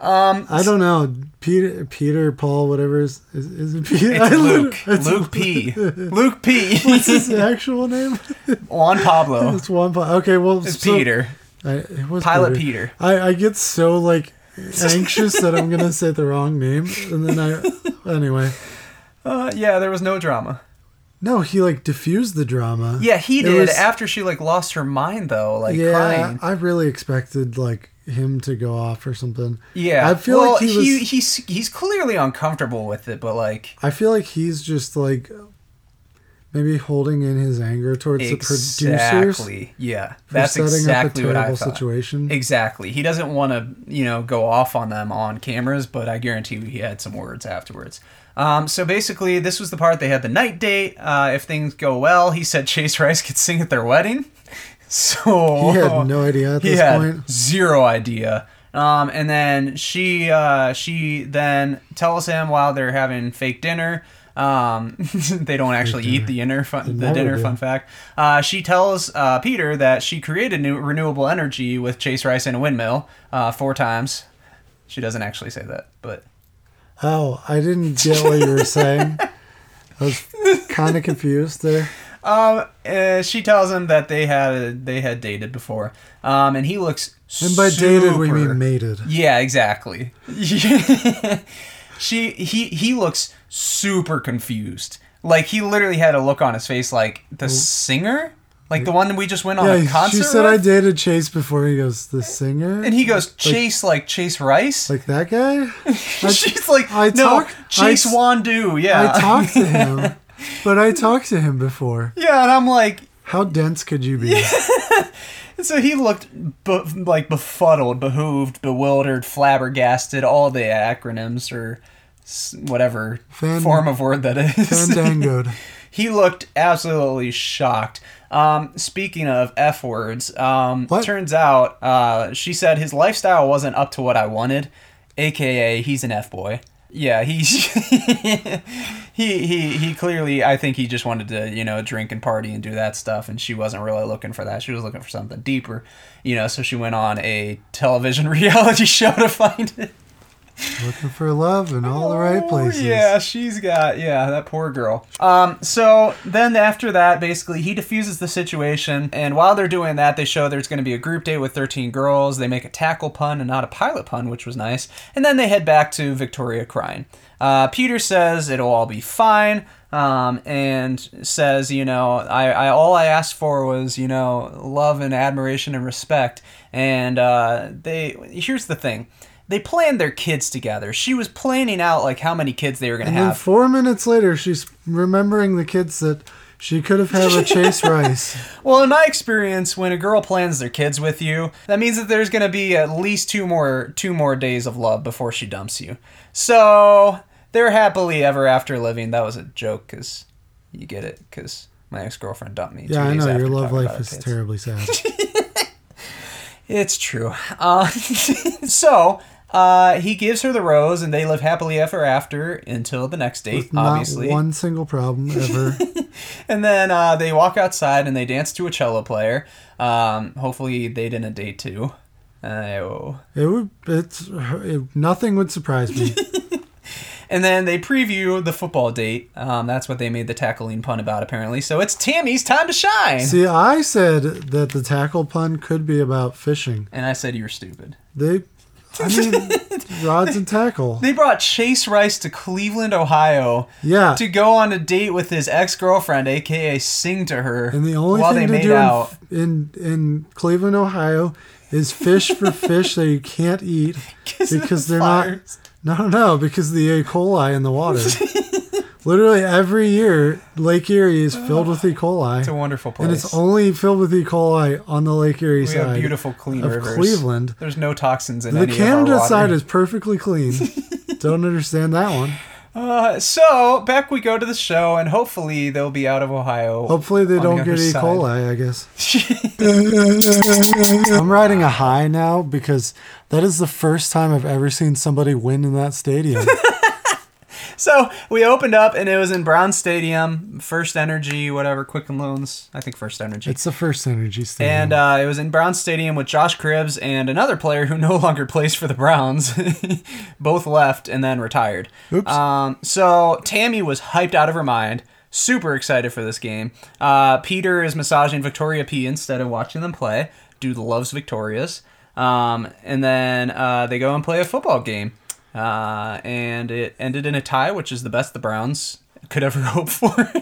Speaker 2: Um,
Speaker 1: I don't know. Peter, Peter, Paul, whatever is is, is it Peter?
Speaker 2: it's Luke, Luke P, Luke P,
Speaker 1: What's his actual name?
Speaker 2: Juan Pablo.
Speaker 1: It's one. Pi- okay, well,
Speaker 2: Oh. It's
Speaker 1: so-
Speaker 2: Peter.
Speaker 1: I, it was
Speaker 2: Pilot Peter.
Speaker 1: I, I get so like anxious that I'm gonna say the wrong name, and then I anyway.
Speaker 2: Uh, yeah, there was no drama.
Speaker 1: No, he like diffused the drama.
Speaker 2: Yeah, he
Speaker 1: It
Speaker 2: did
Speaker 1: was-
Speaker 2: after she like lost her mind though, like
Speaker 1: yeah,
Speaker 2: crying.
Speaker 1: I really expected like him to go off or something.
Speaker 2: Yeah,
Speaker 1: I feel
Speaker 2: well,
Speaker 1: like he was.
Speaker 2: he he's he's clearly uncomfortable with it, but like
Speaker 1: I feel like he's just like maybe holding in his anger towards the producers
Speaker 2: exactly, yeah,
Speaker 1: for
Speaker 2: that's
Speaker 1: setting
Speaker 2: exactly
Speaker 1: up a
Speaker 2: what I
Speaker 1: terrible
Speaker 2: thought.
Speaker 1: situation.
Speaker 2: Exactly, he doesn't want to you know go off on them on cameras, but I guarantee he had some words afterwards. Um, so basically, this was the part they had the night date. Uh, if things go well, he said Chase Rice could sing at their wedding. So
Speaker 1: He had no idea at
Speaker 2: Oh. he
Speaker 1: this
Speaker 2: had
Speaker 1: point.
Speaker 2: zero idea. Um, and then she uh, she then tells him while they're having fake dinner. Um, they don't actually eat the inner fun, the
Speaker 1: never
Speaker 2: dinner.
Speaker 1: do.
Speaker 2: Fun fact: uh, she tells uh, Peter that she created new renewable energy with Chase Rice and a windmill uh, four times. She doesn't actually say that, but
Speaker 1: Oh, I didn't get what you were saying. I was kind of confused there.
Speaker 2: um, uh, she tells him that they had they had dated before. Um, and he looks
Speaker 1: And by dated, we mean mated.
Speaker 2: Yeah, exactly. she he he looks super confused. Like he literally had a look on his face like the singer? Like the one that we just went on a
Speaker 1: Yeah,
Speaker 2: concert
Speaker 1: she said I
Speaker 2: with?
Speaker 1: dated Chase before. He goes, the singer?
Speaker 2: and he goes Chase like Chase Rice.
Speaker 1: like that guy?
Speaker 2: She's like
Speaker 1: I
Speaker 2: no
Speaker 1: talk-
Speaker 2: Chase
Speaker 1: I-
Speaker 2: Wandu.
Speaker 1: I
Speaker 2: Yeah.
Speaker 1: talked to him, but I talked to him before.
Speaker 2: yeah, and I'm like
Speaker 1: How dense could you be?
Speaker 2: so he looked bu- like befuddled, behooved, bewildered, flabbergasted, all the acronyms or s- whatever
Speaker 1: Fan-
Speaker 2: form of word that is.
Speaker 1: Fandangoed.
Speaker 2: He looked absolutely shocked. Um, speaking of F words, um,
Speaker 1: What?
Speaker 2: turns out uh, she said his lifestyle wasn't up to what I wanted, aka he's an F boy. Yeah, he, he he he clearly I think he just wanted to, you know, drink and party and do that stuff and she wasn't really looking for that. She was looking for something deeper, you know, so she went on a television reality show to find it.
Speaker 1: Looking for love in all the right
Speaker 2: Oh,
Speaker 1: places.
Speaker 2: Yeah, she's got yeah, that poor girl. Um, so then after that, basically he diffuses the situation, and while they're doing that, they show there's going to be a group date with 13 girls. They make a tackle pun and not a pilot pun, which was nice. And then they head back to Victoria crying. Uh, Peter says it'll all be fine. Um, and says, you know, I, I all I asked for was, you know, love and admiration and respect. And uh, they here's the thing they planned their kids together. She was planning out like how many kids they were gonna
Speaker 1: And then
Speaker 2: have.
Speaker 1: four minutes later, she's remembering the kids that she could have had with Chase Rice.
Speaker 2: Well, in my experience, when a girl plans their kids with you, that means that there's gonna be at least two more two more days of love before she dumps you. So they're happily ever after living. That was a joke, cause you get it, cause my ex girlfriend dumped me. two
Speaker 1: Yeah, I
Speaker 2: days
Speaker 1: know.
Speaker 2: after
Speaker 1: Your love
Speaker 2: talking about
Speaker 1: life
Speaker 2: our
Speaker 1: is
Speaker 2: kids.
Speaker 1: terribly sad.
Speaker 2: It's true. Uh, so. Uh, he gives her the rose, and they live happily ever after until the next date. obviously,
Speaker 1: Not one single problem ever.
Speaker 2: And then uh, they walk outside and they dance to a cello player. Um, hopefully they didn't date too. Oh.
Speaker 1: it would. It's it, nothing would surprise me.
Speaker 2: And then they preview the football date. Um, that's what they made the tackling pun about, apparently. So it's Tammy's time to shine.
Speaker 1: See, I said that the tackle pun could be about fishing.
Speaker 2: and I said you were stupid.
Speaker 1: They, I mean, rods and tackle.
Speaker 2: They brought Chase Rice to Cleveland, Ohio,
Speaker 1: Yeah.
Speaker 2: to go on a date with his ex girlfriend, aka sing to her,
Speaker 1: And the only
Speaker 2: while
Speaker 1: thing
Speaker 2: they
Speaker 1: to
Speaker 2: made
Speaker 1: do
Speaker 2: out.
Speaker 1: in, in in Cleveland, Ohio, is fish for fish that you can't eat
Speaker 2: of
Speaker 1: because
Speaker 2: the
Speaker 1: they're
Speaker 2: fires.
Speaker 1: not. No, no, because of the E. coli in the water. Literally every year, Lake Erie is filled with E. coli,
Speaker 2: It's a wonderful place.
Speaker 1: and it's only filled with E. coli on the Lake Erie
Speaker 2: we
Speaker 1: side.
Speaker 2: have beautiful, clean
Speaker 1: of
Speaker 2: rivers.
Speaker 1: Cleveland.
Speaker 2: There's no toxins in
Speaker 1: the
Speaker 2: any of our
Speaker 1: Canada
Speaker 2: water.
Speaker 1: side is perfectly clean. Don't understand that one.
Speaker 2: Uh, so back we go to the show, and hopefully they'll be out of Ohio.
Speaker 1: Hopefully they
Speaker 2: on
Speaker 1: don't
Speaker 2: the
Speaker 1: get
Speaker 2: other
Speaker 1: E.
Speaker 2: side.
Speaker 1: coli, I guess. I'm riding a high now because that is the first time I've ever seen somebody win in that stadium.
Speaker 2: So we opened up, and it was in Brown Stadium, First Energy, whatever, Quicken Loans, I think First Energy.
Speaker 1: it's the first energy stadium.
Speaker 2: and uh, it was in Brown Stadium with Josh Cribbs and another player who no longer plays for the Browns. Both left and then retired.
Speaker 1: Oops.
Speaker 2: Um, so Tammy was hyped out of her mind, super excited for this game. Uh, Peter is massaging Victoria P instead of watching them play. Dude loves Victoria's. Um, and then uh, they go and play a football game. Uh, and it ended in a tie, which is the best the Browns could ever hope for.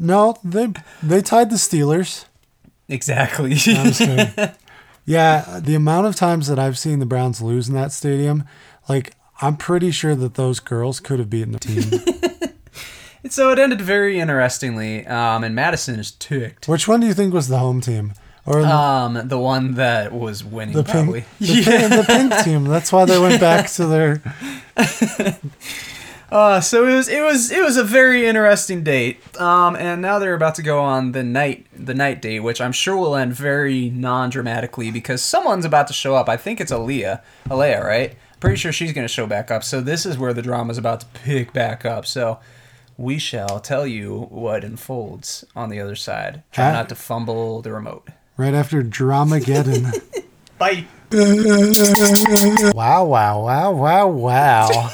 Speaker 1: no, they they tied the Steelers.
Speaker 2: exactly.
Speaker 1: I'm just kidding. yeah, the amount of times that I've seen the Browns lose in that stadium, like I'm pretty sure that those girls could have beaten the team.
Speaker 2: So it ended very interestingly, um, and Madison is ticked.
Speaker 1: Which one do you think was the home team? Or
Speaker 2: Um, the one that was winning
Speaker 1: the
Speaker 2: probably.
Speaker 1: pink, the, pink, the pink team. That's why they went back to their
Speaker 2: Uh, so it was it was it was a very interesting date. Um, and now they're about to go on the night the night date, which I'm sure will end very non dramatically because someone's about to show up. I think it's Aaliyah, Aaliyah, right? Pretty sure she's gonna show back up. So this is where the drama's about to pick back up. So we shall tell you what unfolds on the other side. Try
Speaker 1: Huh?
Speaker 2: not to fumble the remote.
Speaker 1: Right after Dramageddon.
Speaker 2: Bye.
Speaker 1: wow, wow, wow, wow, wow.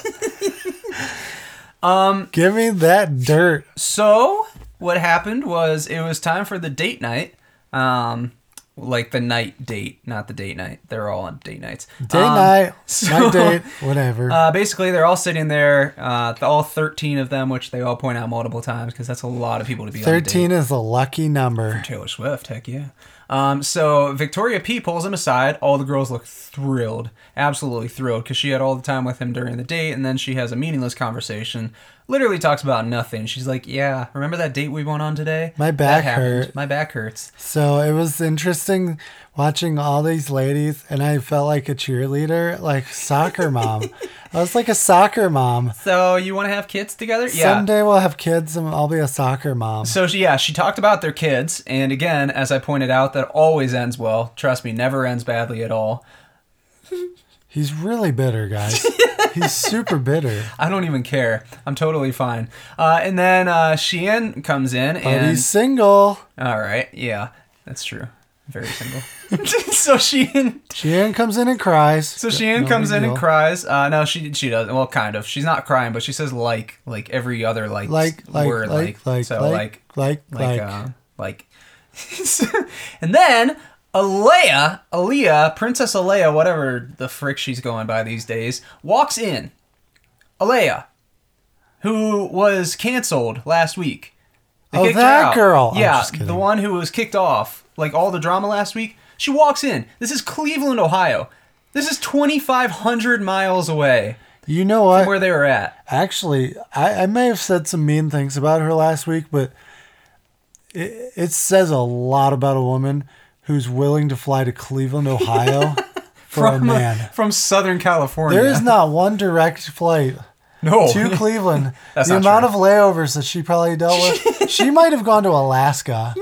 Speaker 1: um, Give me that dirt.
Speaker 2: So what happened was it was time for the date night. Um, like the night date, not the date night. They're all on date nights.
Speaker 1: Day
Speaker 2: Um,
Speaker 1: night,
Speaker 2: so-
Speaker 1: night date, whatever.
Speaker 2: Uh, basically, they're all sitting there, uh, th- all 13 of them, which they all point out multiple times because that's a lot of people to be on a date.
Speaker 1: 13 is a lucky number.
Speaker 2: Taylor Swift, heck yeah. Um, so Victoria P pulls him aside. All the girls look thrilled, absolutely thrilled, because she had all the time with him during the date, and then she has a meaningless conversation. Literally talks about nothing. She's like, "Yeah, remember that date we went on today?
Speaker 1: My
Speaker 2: That
Speaker 1: back
Speaker 2: happened.
Speaker 1: hurt."
Speaker 2: My back hurts."
Speaker 1: So it was interesting watching all these ladies, and I felt like a cheerleader, like soccer mom. I was like a soccer mom.
Speaker 2: So you want to have kids together? Yeah.
Speaker 1: Someday we'll have kids, and I'll be a soccer mom.
Speaker 2: So she, yeah, she talked about their kids, and again, as I pointed out, that always ends well. Trust me, never ends badly at all.
Speaker 1: He's really bitter, guys. He's super bitter.
Speaker 2: I don't even care. I'm totally fine. Uh, and then uh, Sheehan comes in,
Speaker 1: But
Speaker 2: and
Speaker 1: he's single.
Speaker 2: all right, yeah, that's true. Very single. so Sheehan,
Speaker 1: Sheehan comes in and cries.
Speaker 2: so Sheehan
Speaker 1: No
Speaker 2: comes
Speaker 1: big
Speaker 2: in and
Speaker 1: deal.
Speaker 2: cries. Uh, no, she she doesn't. Well, kind of. She's not crying, but she says like like every other like
Speaker 1: Like, like,
Speaker 2: word
Speaker 1: like, like,
Speaker 2: so
Speaker 1: like, like,
Speaker 2: like
Speaker 1: like.
Speaker 2: uh, like and then Alea, Alea, Princess Alea, whatever the frick she's going by these days, walks in. Alea, who was canceled last week. They
Speaker 1: Oh,
Speaker 2: kicked her
Speaker 1: that
Speaker 2: out.
Speaker 1: girl. I'm
Speaker 2: Yeah,
Speaker 1: just kidding.
Speaker 2: the one who was kicked off, like all the drama last week. She walks in. This is Cleveland, Ohio. This is 2,500 miles away
Speaker 1: You know what?
Speaker 2: where they were at.
Speaker 1: Actually, I, I may have said some mean things about her last week, but it, it says a lot about a woman who's willing to fly to Cleveland, Ohio for a Oh, man.
Speaker 2: from Southern California.
Speaker 1: There is not one direct flight
Speaker 2: no
Speaker 1: to Cleveland.
Speaker 2: Oh. That's
Speaker 1: the
Speaker 2: not
Speaker 1: amount
Speaker 2: true.
Speaker 1: of layovers that she probably dealt with, she might have gone to Alaska.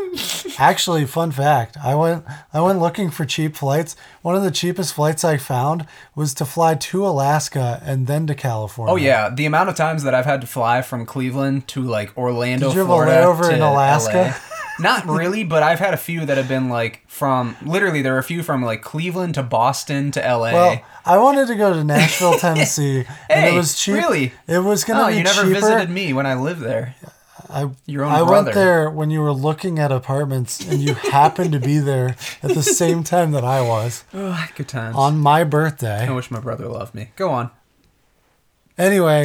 Speaker 1: Actually, fun fact: I went I went looking for cheap flights. One of the cheapest flights I found was to fly to Alaska and then to California.
Speaker 2: Oh yeah, the amount of times that I've had to fly from Cleveland to like Orlando,
Speaker 1: Did you have a
Speaker 2: Florida,
Speaker 1: layover
Speaker 2: to
Speaker 1: in Alaska?
Speaker 2: LA. Not really, but I've had a few that have been like from literally there were a few from like Cleveland to Boston to LA.
Speaker 1: Well, I wanted to go to Nashville, Tennessee, and
Speaker 2: Hey,
Speaker 1: it was cheap.
Speaker 2: really?
Speaker 1: It was gonna
Speaker 2: oh,
Speaker 1: be
Speaker 2: you never
Speaker 1: cheaper.
Speaker 2: visited me when I lived there.
Speaker 1: I,
Speaker 2: your own
Speaker 1: I
Speaker 2: brother.
Speaker 1: went there when you were looking at apartments, and you happened to be there at the same time that I was
Speaker 2: Oh, good times.
Speaker 1: on my birthday.
Speaker 2: I wish my brother loved me. Go on.
Speaker 1: Anyway,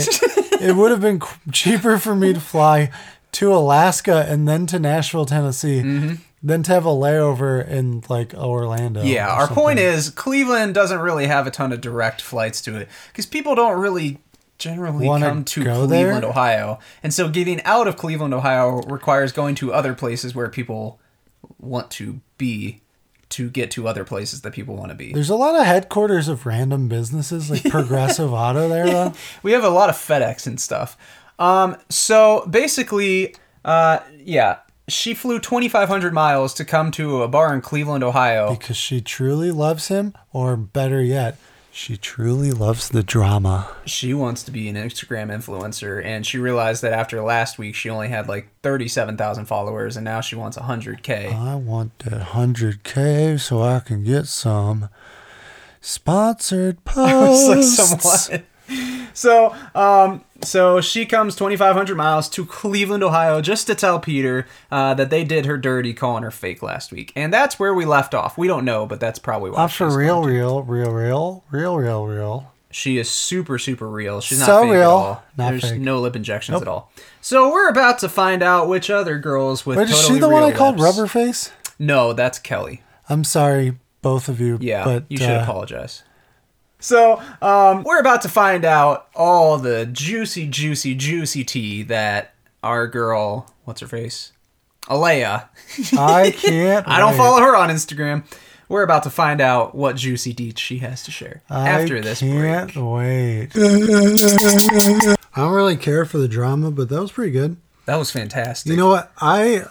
Speaker 1: it would have been qu- cheaper for me to fly to Alaska and then to Nashville, Tennessee,
Speaker 2: Mm-hmm.
Speaker 1: than to have a layover in like Orlando.
Speaker 2: Yeah,
Speaker 1: or
Speaker 2: our point
Speaker 1: something.
Speaker 2: is Cleveland doesn't really have a ton of direct flights to it because people don't really generally
Speaker 1: Wanna
Speaker 2: come to
Speaker 1: go there?
Speaker 2: Cleveland, Ohio, and so getting out of Cleveland, Ohio requires going to other places where people want to be to get to other places that people want to be.
Speaker 1: There's a lot of headquarters of random businesses like Progressive Auto there though.
Speaker 2: we have a lot of FedEx and stuff. Um, so basically, uh, yeah, she flew 2,500 miles to come to a bar in Cleveland, Ohio.
Speaker 1: Because she truly loves him, or better yet, she truly loves the drama.
Speaker 2: she wants to be an Instagram influencer, and she realized that after last week, she only had like 37,000 followers, and now she wants 100K.
Speaker 1: I want that 100K so I can get some sponsored posts.
Speaker 2: It's like someone. So, um, so she comes 2,500 miles to Cleveland, Ohio, just to tell Peter uh, that they did her dirty, calling her fake last week, and that's where we left off. We don't know, but that's probably why.
Speaker 1: Not for
Speaker 2: Oh, she's-
Speaker 1: real, real, real, real, real, real, real.
Speaker 2: She is super, super real. She's not
Speaker 1: So
Speaker 2: fake at
Speaker 1: real.
Speaker 2: all.
Speaker 1: Not
Speaker 2: There's
Speaker 1: fake.
Speaker 2: no lip injections at all. So we're about to find out which other girls with
Speaker 1: Wait, is
Speaker 2: totally
Speaker 1: she the one
Speaker 2: real
Speaker 1: I called
Speaker 2: lips-
Speaker 1: Rubber Face?
Speaker 2: No, that's Kelly.
Speaker 1: I'm sorry, both of you.
Speaker 2: Yeah,
Speaker 1: but
Speaker 2: you should
Speaker 1: uh,
Speaker 2: apologize. So, um, we're about to find out all the juicy, juicy, juicy tea that our girl, what's her face? Alea.
Speaker 1: I can't.
Speaker 2: I don't
Speaker 1: wait.
Speaker 2: follow her on Instagram. We're about to find out what juicy deets she has to share
Speaker 1: I
Speaker 2: after this
Speaker 1: can't
Speaker 2: break.
Speaker 1: wait. I don't really care for the drama, but that was pretty good.
Speaker 2: That was fantastic.
Speaker 1: You know what I?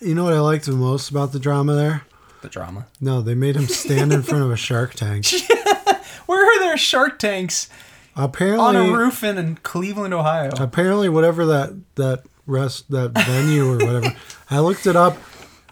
Speaker 1: You know what I liked the most about the drama there?
Speaker 2: the drama.
Speaker 1: No, they made him stand in front of a shark tank.
Speaker 2: Where are there shark tanks
Speaker 1: Apparently,
Speaker 2: on a roof in, in Cleveland, Ohio?
Speaker 1: apparently whatever that that rest that venue or whatever i looked it up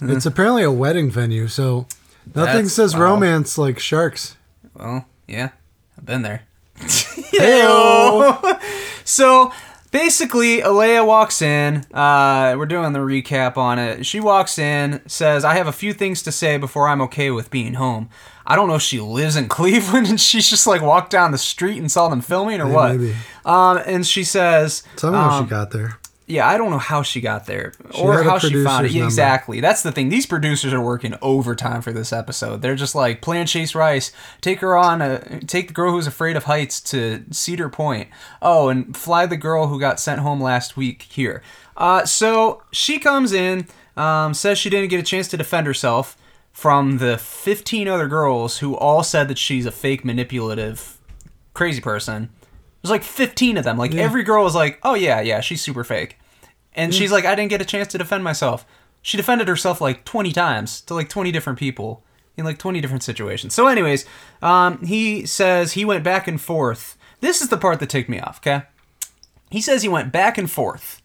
Speaker 1: it's apparently a wedding venue so nothing
Speaker 2: Mm-hmm. That's-
Speaker 1: says
Speaker 2: wow.
Speaker 1: romance like sharks
Speaker 2: Well, yeah, I've been there.
Speaker 1: Heyo.
Speaker 2: so basically, Alea walks in. Uh, we're doing the recap on it. She walks in, says, "I have a few things to say before I'm okay with being home." I don't know if she lives in Cleveland and she's just like walked down the street and saw them filming or what.
Speaker 1: maybe.
Speaker 2: Um, and she says,
Speaker 1: tell me how
Speaker 2: um,
Speaker 1: she got there
Speaker 2: yeah, I don't know how she got there or
Speaker 1: had a
Speaker 2: how she found it.
Speaker 1: producer's
Speaker 2: Yeah,
Speaker 1: number.
Speaker 2: exactly. That's the thing. These producers are working overtime for this episode. They're just like, plan Chase Rice, take her on, a, take the girl who's afraid of heights to Cedar Point. Oh, and fly the girl who got sent home last week here. Uh, so she comes in, um, says she didn't get a chance to defend herself from the 15 other girls who all said that she's a fake, manipulative, crazy person. There's like 15 of them. Like every girl was like, "Oh yeah, yeah, she's super fake," and she's like, "I didn't get a chance to defend myself." She defended herself like 20 times to like 20 different people in like 20 different situations. So, anyways, um, he says he went back and forth. This is the part that ticked me off. Okay, he says he went back and forth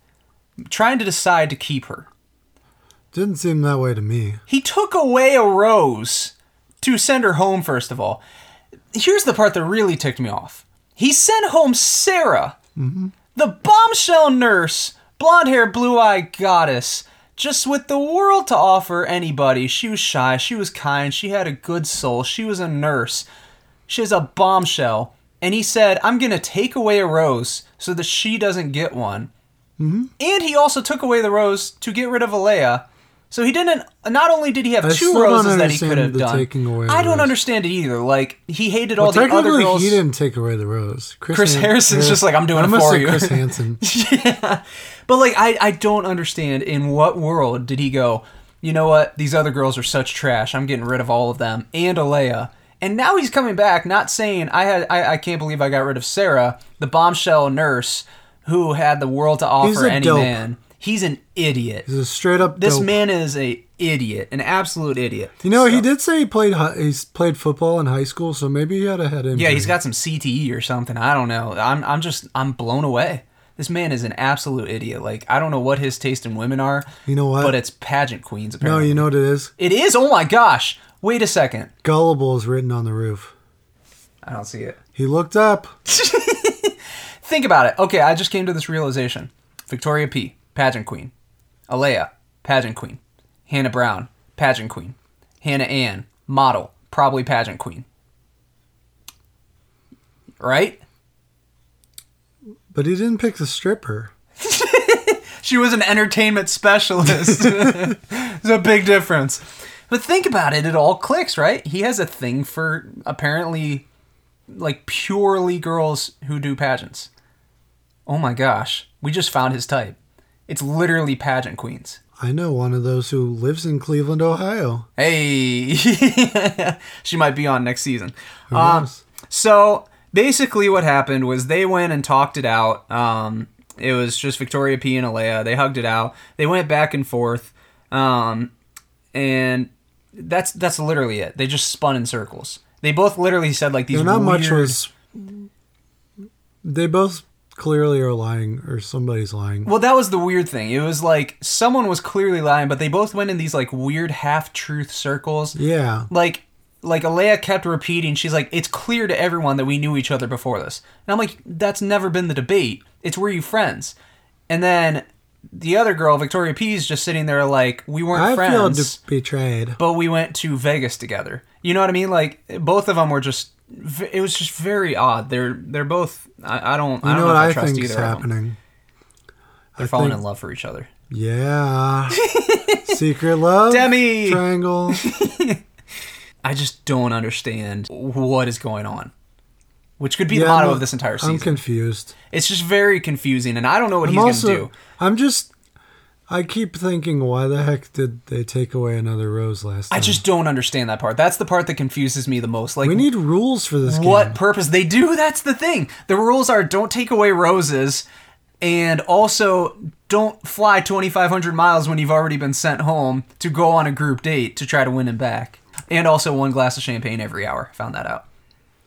Speaker 2: trying to decide to keep her.
Speaker 1: didn't seem that way to me
Speaker 2: He took away a rose to send her home, first of all. Here's the part that really ticked me off. He sent home Sarah, the bombshell nurse, blonde hair, blue eye goddess, just with the world to offer anybody. She was shy, she was kind, she had a good soul, she was a nurse. She's a bombshell. And he said, I'm going to take away a rose so that she doesn't get one.
Speaker 1: Mm-hmm.
Speaker 2: And he also took away the rose to get rid of Alea. So he didn't. Not only did he have
Speaker 1: I
Speaker 2: two
Speaker 1: still don't
Speaker 2: roses that he
Speaker 1: understand
Speaker 2: could have
Speaker 1: the
Speaker 2: done,
Speaker 1: taking away
Speaker 2: I
Speaker 1: the
Speaker 2: don't
Speaker 1: rose.
Speaker 2: understand it either. Like he hated all the other
Speaker 1: technically
Speaker 2: girls.
Speaker 1: he didn't take away the rose chris,
Speaker 2: Chris
Speaker 1: Han-
Speaker 2: Harrison's
Speaker 1: Har-
Speaker 2: just like, "I'm doing
Speaker 1: I
Speaker 2: it
Speaker 1: must
Speaker 2: for
Speaker 1: say
Speaker 2: you."
Speaker 1: chris hansen
Speaker 2: yeah. But like I, I don't understand in what world did he go, you know what, these other girls are such trash, I'm getting rid of all of them and Alea. And now he's coming back not saying I had I, I can't believe I got rid of Sarah, the bombshell nurse who had the world to offer
Speaker 1: He's a
Speaker 2: any
Speaker 1: dope.
Speaker 2: man. He's an idiot.
Speaker 1: he's a straight up
Speaker 2: This
Speaker 1: dope.
Speaker 2: man is a idiot, an absolute idiot.
Speaker 1: you know he did say he played hi- he's played football in high school so maybe he had a head injury
Speaker 2: Yeah, he's got some CTE or something. I don't know. I'm I'm just I'm blown away. This man is an absolute idiot. Like I don't know what his taste in women are.
Speaker 1: You know what?
Speaker 2: But it's pageant queens
Speaker 1: no
Speaker 2: apparently.
Speaker 1: you know what it is
Speaker 2: It is. Oh my gosh. Wait a second.
Speaker 1: gullible is written on the roof
Speaker 2: I don't see it.
Speaker 1: he looked up
Speaker 2: Think about it. Okay, I just came to this realization. Victoria P, pageant queen. Alea, pageant queen. Hannah Brown, pageant queen. Hannah Ann, model, probably pageant queen. Right?
Speaker 1: but he didn't pick the stripper
Speaker 2: She was an entertainment specialist. There's a big difference. But think about it, it all clicks, right? He has a thing for apparently like purely girls who do pageants. Oh my gosh, we just found his type. It's literally pageant queens.
Speaker 1: I know one of those who lives in Cleveland, Ohio.
Speaker 2: Hey, she might be on next season.
Speaker 1: Who
Speaker 2: Um,
Speaker 1: knows?
Speaker 2: So basically, what happened was they went and talked it out. Um, it was just Victoria P and Alea. They hugged it out. They went back and forth, um, and that's that's literally it. They just spun in circles. They both literally said like these.
Speaker 1: And not much
Speaker 2: weird-
Speaker 1: was. They both clearly are lying, or somebody's lying.
Speaker 2: Well, that was the weird thing. It was like someone was clearly lying, but they both went in these like weird half truth circles.
Speaker 1: Yeah,
Speaker 2: like like Alea kept repeating, she's like, it's clear to everyone that we knew each other before this. And I'm like, that's never been the debate. It's were you friends? And then the other girl, Victoria P, is just sitting there like, we weren't
Speaker 1: I feel
Speaker 2: friends,
Speaker 1: de- betrayed.
Speaker 2: but we went to Vegas together. You know what I mean? Like both of them were just, v- it was just very odd. They're they're both. I, I don't. I
Speaker 1: You
Speaker 2: don't
Speaker 1: know
Speaker 2: know,
Speaker 1: what
Speaker 2: if I,
Speaker 1: I
Speaker 2: trust
Speaker 1: think
Speaker 2: either
Speaker 1: is
Speaker 2: of them.
Speaker 1: happening?
Speaker 2: They're falling
Speaker 1: think-
Speaker 2: in love for each other.
Speaker 1: Yeah, secret love,
Speaker 2: Demi!
Speaker 1: triangle.
Speaker 2: I just don't understand what is going on, which could be
Speaker 1: Yeah,
Speaker 2: the motto
Speaker 1: I'm-
Speaker 2: of this entire season.
Speaker 1: I'm confused.
Speaker 2: It's just very confusing, and I don't know what
Speaker 1: I'm
Speaker 2: he's
Speaker 1: also.
Speaker 2: gonna do.
Speaker 1: I'm just. I keep thinking, why the heck did they take away another rose last time?
Speaker 2: I just don't understand that part. That's the part that confuses me the most. Like
Speaker 1: we need rules for this game.
Speaker 2: what purpose they do that's the thing the rules are don't take away roses and also don't fly 2500 miles when you've already been sent home to go on a group date to try to win him back and also one glass of champagne every hour found that out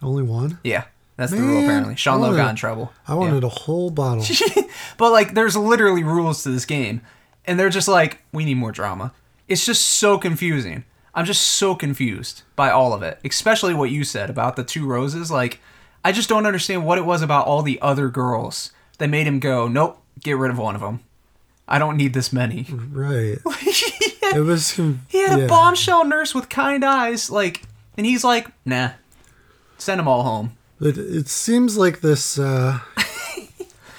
Speaker 1: Only one?
Speaker 2: yeah that's the rule
Speaker 1: Man,
Speaker 2: apparently sean
Speaker 1: I
Speaker 2: lowe
Speaker 1: wanted-
Speaker 2: got in trouble
Speaker 1: I wanted a whole bottle.
Speaker 2: Yeah. but like there's literally rules to this game and they're just like we need more drama it's just so confusing i'm just so confused by all of it especially what you said about the two roses like i just don't understand what it was about all the other girls that made him go nope get rid of one of them i don't need this many
Speaker 1: right. It was. com-
Speaker 2: he had
Speaker 1: Mm-hmm. yeah.
Speaker 2: a bombshell nurse with kind eyes like and he's like nah send them all home
Speaker 1: It, it seems like this uh,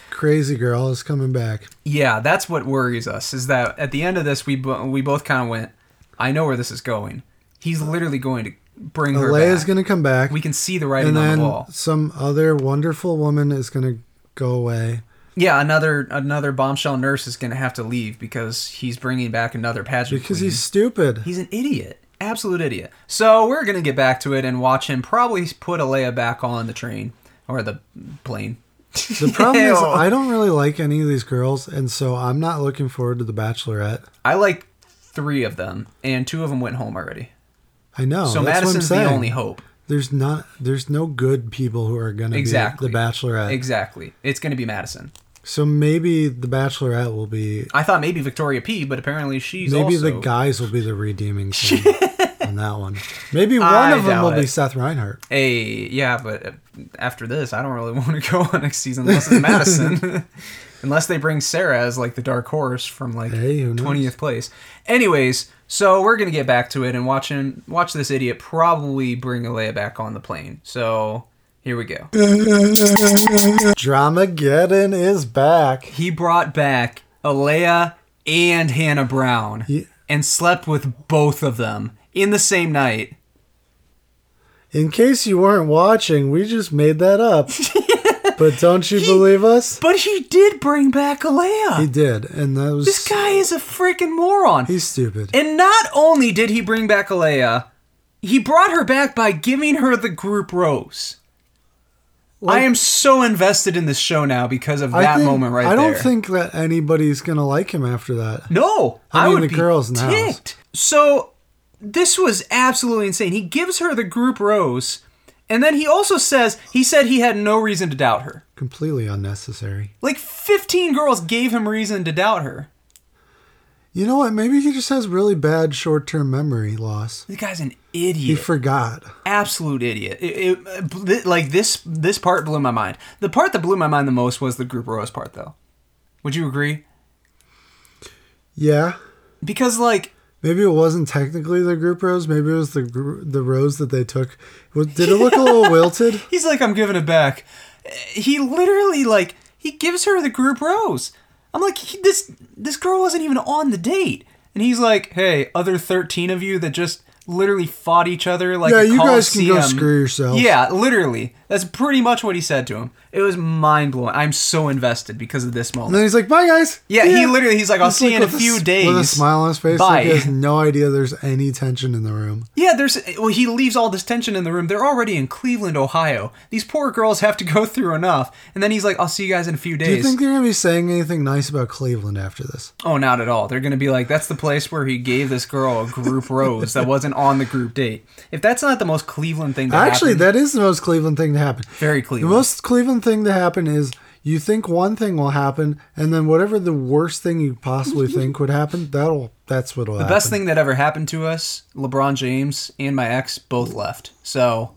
Speaker 1: crazy girl is coming back.
Speaker 2: Yeah, that's what worries us. Is that at the end of this, we bo- we both kind of went, I know where this is going. He's literally going to bring her back.
Speaker 1: Leia's going to come back.
Speaker 2: we can see the
Speaker 1: and
Speaker 2: writing on
Speaker 1: then
Speaker 2: the wall.
Speaker 1: some other wonderful woman is going to go away.
Speaker 2: Yeah, another another bombshell nurse is going to have to leave because he's bringing back another pageant.
Speaker 1: Because
Speaker 2: queen.
Speaker 1: he's stupid.
Speaker 2: he's an idiot, absolute idiot. So we're going to get back to it and watch him probably put Alea back on the train or the plane.
Speaker 1: The problem is,
Speaker 2: Ew.
Speaker 1: I don't really like any of these girls, and so I'm not looking forward to The Bachelorette.
Speaker 2: I like three of them, and two of them went home already.
Speaker 1: I know.
Speaker 2: So
Speaker 1: Oh, that's
Speaker 2: Madison's
Speaker 1: what I'm
Speaker 2: the
Speaker 1: saying.
Speaker 2: only hope.
Speaker 1: There's not. There's no good people who are going to
Speaker 2: Exactly.
Speaker 1: be The Bachelorette.
Speaker 2: Exactly, it's going to be Madison.
Speaker 1: so maybe The Bachelorette will be.
Speaker 2: I thought maybe Victoria P, but apparently she's
Speaker 1: Maybe the
Speaker 2: also-
Speaker 1: guys will be the redeeming thing on that one. Maybe one
Speaker 2: I
Speaker 1: of them
Speaker 2: doubt
Speaker 1: will be
Speaker 2: it.
Speaker 1: Seth Reinhardt.
Speaker 2: Hey, yeah, but uh, after this, I don't really want to go on next season unless it's Madison, unless they bring Sarah as like the dark horse from like
Speaker 1: Hey, who knows?
Speaker 2: twentieth place. Anyways, so we're gonna get back to it and watch him watch this idiot probably bring Alea back on the plane. So here we go.
Speaker 1: Dramageddon is back.
Speaker 2: He brought back Alea and Hannah Brown
Speaker 1: Ye-
Speaker 2: and slept with both of them in the same night.
Speaker 1: In case you weren't watching, we just made that up. but don't you believe us?
Speaker 2: But he did bring back Alea.
Speaker 1: He did, and that was
Speaker 2: This guy is a freaking moron.
Speaker 1: he's stupid.
Speaker 2: and not only did he bring back Alea, he brought her back by giving her the group rose. I am so invested in this show now because of that
Speaker 1: think-
Speaker 2: moment right
Speaker 1: I
Speaker 2: there.
Speaker 1: don't think that anybody's gonna like him after that.
Speaker 2: No,
Speaker 1: I
Speaker 2: I,
Speaker 1: mean,
Speaker 2: would
Speaker 1: the
Speaker 2: be
Speaker 1: girls in the house.
Speaker 2: ticked. So this was absolutely insane. He gives her the group rose, and then he also says he said he had no reason to doubt her.
Speaker 1: Completely unnecessary.
Speaker 2: Like fifteen girls gave him reason to doubt her.
Speaker 1: You know what? Maybe he just has really bad short-term memory loss.
Speaker 2: The guy's an
Speaker 1: He
Speaker 2: idiot.
Speaker 1: forgot.
Speaker 2: absolute idiot. It, it, uh, bl- th- like this this part blew my mind. The part that blew my mind the most was the group rose part, though. Would you agree?
Speaker 1: Yeah.
Speaker 2: Because like
Speaker 1: Maybe it wasn't technically the group rose. Maybe it was the gr- the rose that they took. Wa- Did it look a little wilted?
Speaker 2: he's like I'm giving it back. Uh, He literally like he gives her the group rose. I'm like he, this this girl wasn't even on the date, and he's like, hey, other thirteen of you that just literally fought each other like
Speaker 1: Yeah,
Speaker 2: a
Speaker 1: you guys can go
Speaker 2: coliseum.
Speaker 1: screw yourselves.
Speaker 2: Yeah, literally. That's pretty much what he said to him. It was mind blowing. I'm so invested because of this moment.
Speaker 1: And then he's like, "Bye, guys."
Speaker 2: Yeah, he literally he's like, I'll
Speaker 1: It's
Speaker 2: see you in a
Speaker 1: with
Speaker 2: few
Speaker 1: s-
Speaker 2: days.
Speaker 1: With a smile on his face,
Speaker 2: Bye.
Speaker 1: like he has no idea there's any tension in the room.
Speaker 2: Yeah, there's well, he leaves all this tension in the room. They're already in Cleveland, Ohio. These poor girls have to go through enough. And then he's like, I'll see you guys in a few
Speaker 1: Do you
Speaker 2: days.
Speaker 1: think they're gonna be saying anything nice about Cleveland after this?
Speaker 2: oh, not at all. They're gonna be like, That's the place where he gave this girl a group rose that wasn't on the group date. If that's not the most Cleveland thing to
Speaker 1: Actually,
Speaker 2: happen,
Speaker 1: that is the most Cleveland thing to happen.
Speaker 2: very
Speaker 1: The
Speaker 2: Cleveland.
Speaker 1: most Cleveland thing to happen is you think one thing will happen, and then whatever the worst thing you possibly think would happen, that'll that's what'll happen.
Speaker 2: Best thing that ever happened to us, LeBron James and my ex both left. So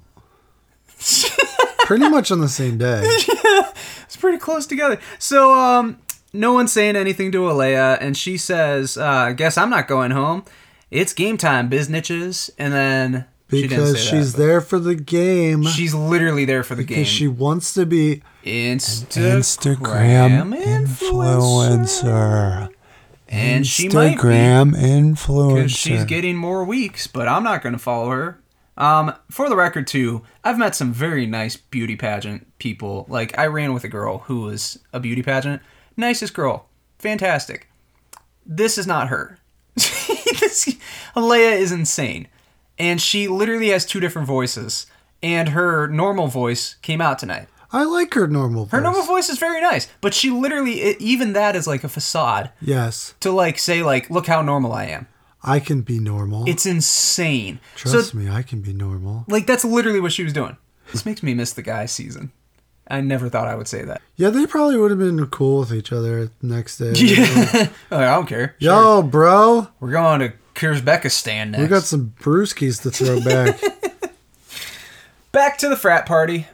Speaker 1: Pretty much on the same day.
Speaker 2: It's pretty close together. So, um, no one's saying anything to Alea, and she says, uh, I guess I'm not going home. It's game time, biznitches. And then she didn't
Speaker 1: Because
Speaker 2: say
Speaker 1: she's
Speaker 2: that,
Speaker 1: there for the game.
Speaker 2: but she's literally there for the game.
Speaker 1: Because she wants to be
Speaker 2: Instagram, And she might be,
Speaker 1: Instagram influencer.
Speaker 2: 'cause she's getting more weeks, but I'm not going to follow her. Um, for the record, too, I've met some very nice beauty pageant people. Like, I ran with a girl who was a beauty pageant. Nicest girl. Fantastic. this is not her. this, Leia is insane. And she literally has two different voices. And her normal voice came out tonight.
Speaker 1: I like her normal voice.
Speaker 2: Her normal voice is very nice, but she literally, it, even that is like a facade
Speaker 1: Yes,
Speaker 2: to like say like, look how normal I am.
Speaker 1: I can be normal.
Speaker 2: It's insane.
Speaker 1: Trust
Speaker 2: so
Speaker 1: me, I can be normal.
Speaker 2: like that's literally what she was doing. This makes me miss the guy season. I never thought I would say that.
Speaker 1: Yeah, they probably would have been cool with each other next day.
Speaker 2: Yeah. I don't care.
Speaker 1: Yo, bro,
Speaker 2: We're going to Kyrgyzstan next.
Speaker 1: we got some brewskis to throw back.
Speaker 2: Back to the frat party.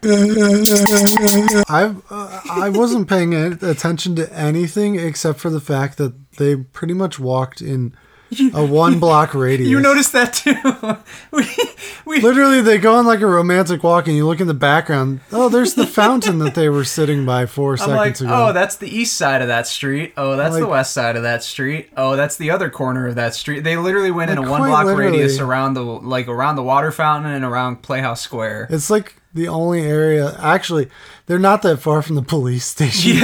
Speaker 1: I uh, I wasn't paying a- attention to anything except for the fact that they pretty much walked in a one block radius.
Speaker 2: You noticed that too. we, we,
Speaker 1: Literally, they go on like a romantic walk, and you look in the background. Oh, there's the fountain that they were sitting by 4
Speaker 2: I'm like,
Speaker 1: seconds ago.
Speaker 2: oh, that's the east side of that street. Oh, that's the
Speaker 1: Like-
Speaker 2: west side of that street. Oh, that's the other corner of that street. They literally went in
Speaker 1: Like,
Speaker 2: a one
Speaker 1: quite
Speaker 2: block
Speaker 1: literally.
Speaker 2: radius around the like around the water fountain and around Playhouse Square.
Speaker 1: It's like the only area. Actually, they're not that far from the police station.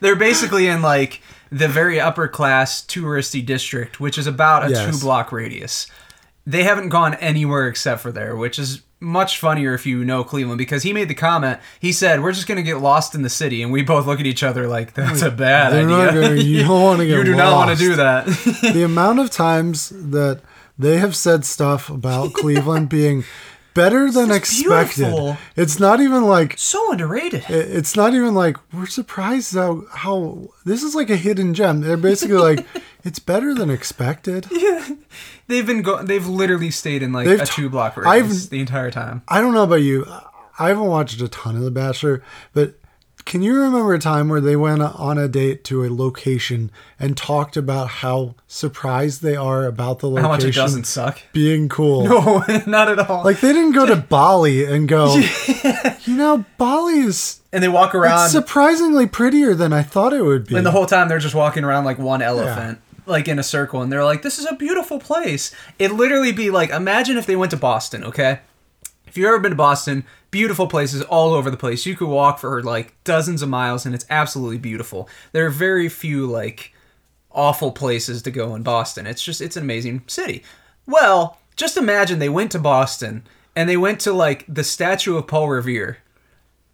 Speaker 2: They're basically in like the very upper class touristy district, which is about a
Speaker 1: Yes.
Speaker 2: two block radius. They haven't gone anywhere except for there, which is much funnier if you know Cleveland because he made the comment. He said, "We're just going to get lost in the city," and we both look at each other like, "That's a bad
Speaker 1: They're not
Speaker 2: idea."
Speaker 1: gonna- you don't want to get
Speaker 2: You do not want to
Speaker 1: lost.
Speaker 2: do that.
Speaker 1: the amount of times that they have said stuff about Cleveland being better than
Speaker 2: This is
Speaker 1: expected.
Speaker 2: beautiful.
Speaker 1: It's not even like
Speaker 2: so underrated.
Speaker 1: it- it's not even like we're surprised how how this is like a hidden gem. They're basically like it's better than expected.
Speaker 2: They've been go- they've literally stayed in like
Speaker 1: They've
Speaker 2: a
Speaker 1: t-
Speaker 2: two block
Speaker 1: I've-
Speaker 2: radius the entire time.
Speaker 1: I don't know about you. I haven't watched a ton of The Bachelor, but can you remember a time where they went on a date to a location and talked about how surprised they are about the location
Speaker 2: How much it doesn't suck.
Speaker 1: being cool?
Speaker 2: No, not at all.
Speaker 1: Like they didn't go to Bali and go, you know, Bali is
Speaker 2: and they walk around.
Speaker 1: it's surprisingly prettier than I thought it would be.
Speaker 2: And the whole time they're just walking around like one elephant, like in a circle, and they're like, "This is a beautiful place." It literally be like, imagine if they went to Boston, okay? If you've ever been to Boston, beautiful places all over the place. You could walk for like dozens of miles, and it's absolutely beautiful. There are very few like awful places to go in Boston. It's just it's an amazing city. Well, just imagine they went to Boston and they went to like the statue of Paul Revere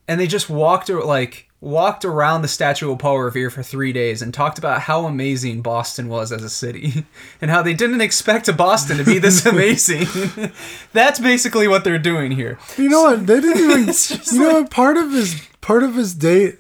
Speaker 2: and they just walked ar- like walked around the statue of Paul Revere for three days and talked about how amazing Boston was as a city and how they didn't expect a Boston to be this amazing. That's basically what they're doing here.
Speaker 1: you know what? They didn't even.
Speaker 2: It's just
Speaker 1: you know what? Part of his part of his date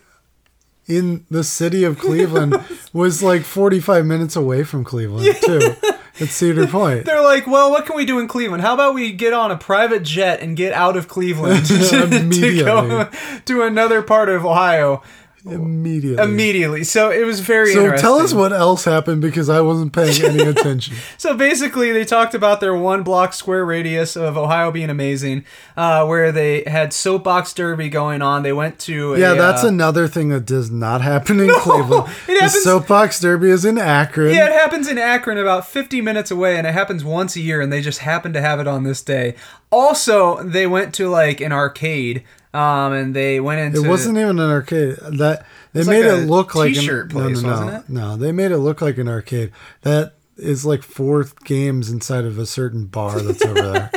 Speaker 1: in the city of Cleveland was like forty five minutes away from Cleveland too. At Cedar Point.
Speaker 2: They're like, well, what can we do in Cleveland? How about we get on a private jet and get out of Cleveland to, to go
Speaker 1: Immediately.
Speaker 2: to another part of Ohio
Speaker 1: Immediately.
Speaker 2: immediately? So it was very
Speaker 1: so
Speaker 2: interesting.
Speaker 1: tell us what else happened because I wasn't paying any attention.
Speaker 2: So basically, they talked about their one block square radius of Ohio being amazing, uh, where they had soapbox derby going on. They went to a,
Speaker 1: Yeah, that's
Speaker 2: uh,
Speaker 1: another thing that does not happen in Cleveland. the
Speaker 2: it happens-
Speaker 1: soapbox derby is in Akron.
Speaker 2: yeah. It happens in Akron, about 50 minutes away, and it happens once a year, and they just happen to have it on this day. Also, they went to like an arcade, um, and they went into
Speaker 1: It wasn't even an arcade. That they
Speaker 2: It's like
Speaker 1: made
Speaker 2: a
Speaker 1: it look like
Speaker 2: t-shirt
Speaker 1: an, no,
Speaker 2: place,
Speaker 1: no, no,
Speaker 2: wasn't it?
Speaker 1: No, they made it look like an arcade. That is like four games inside of a certain bar that's over there.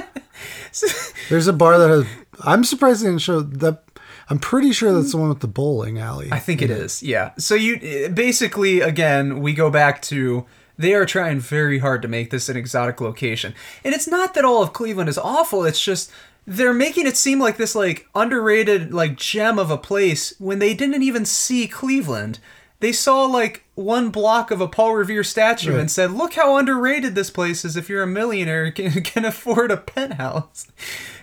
Speaker 1: There's a bar that has. I'm surprised they didn't show that. I'm pretty sure that's the one with the bowling alley.
Speaker 2: I think it is. Yeah. So you eh, basically again we go back to they are trying very hard to make this an exotic location. And it's not that all of Cleveland is awful, it's just they're making it seem like this like underrated like gem of a place when they didn't even see Cleveland. They saw like one block of a Paul Revere statue and said, "Look how underrated this place is if you're a millionaire and can, can afford a penthouse."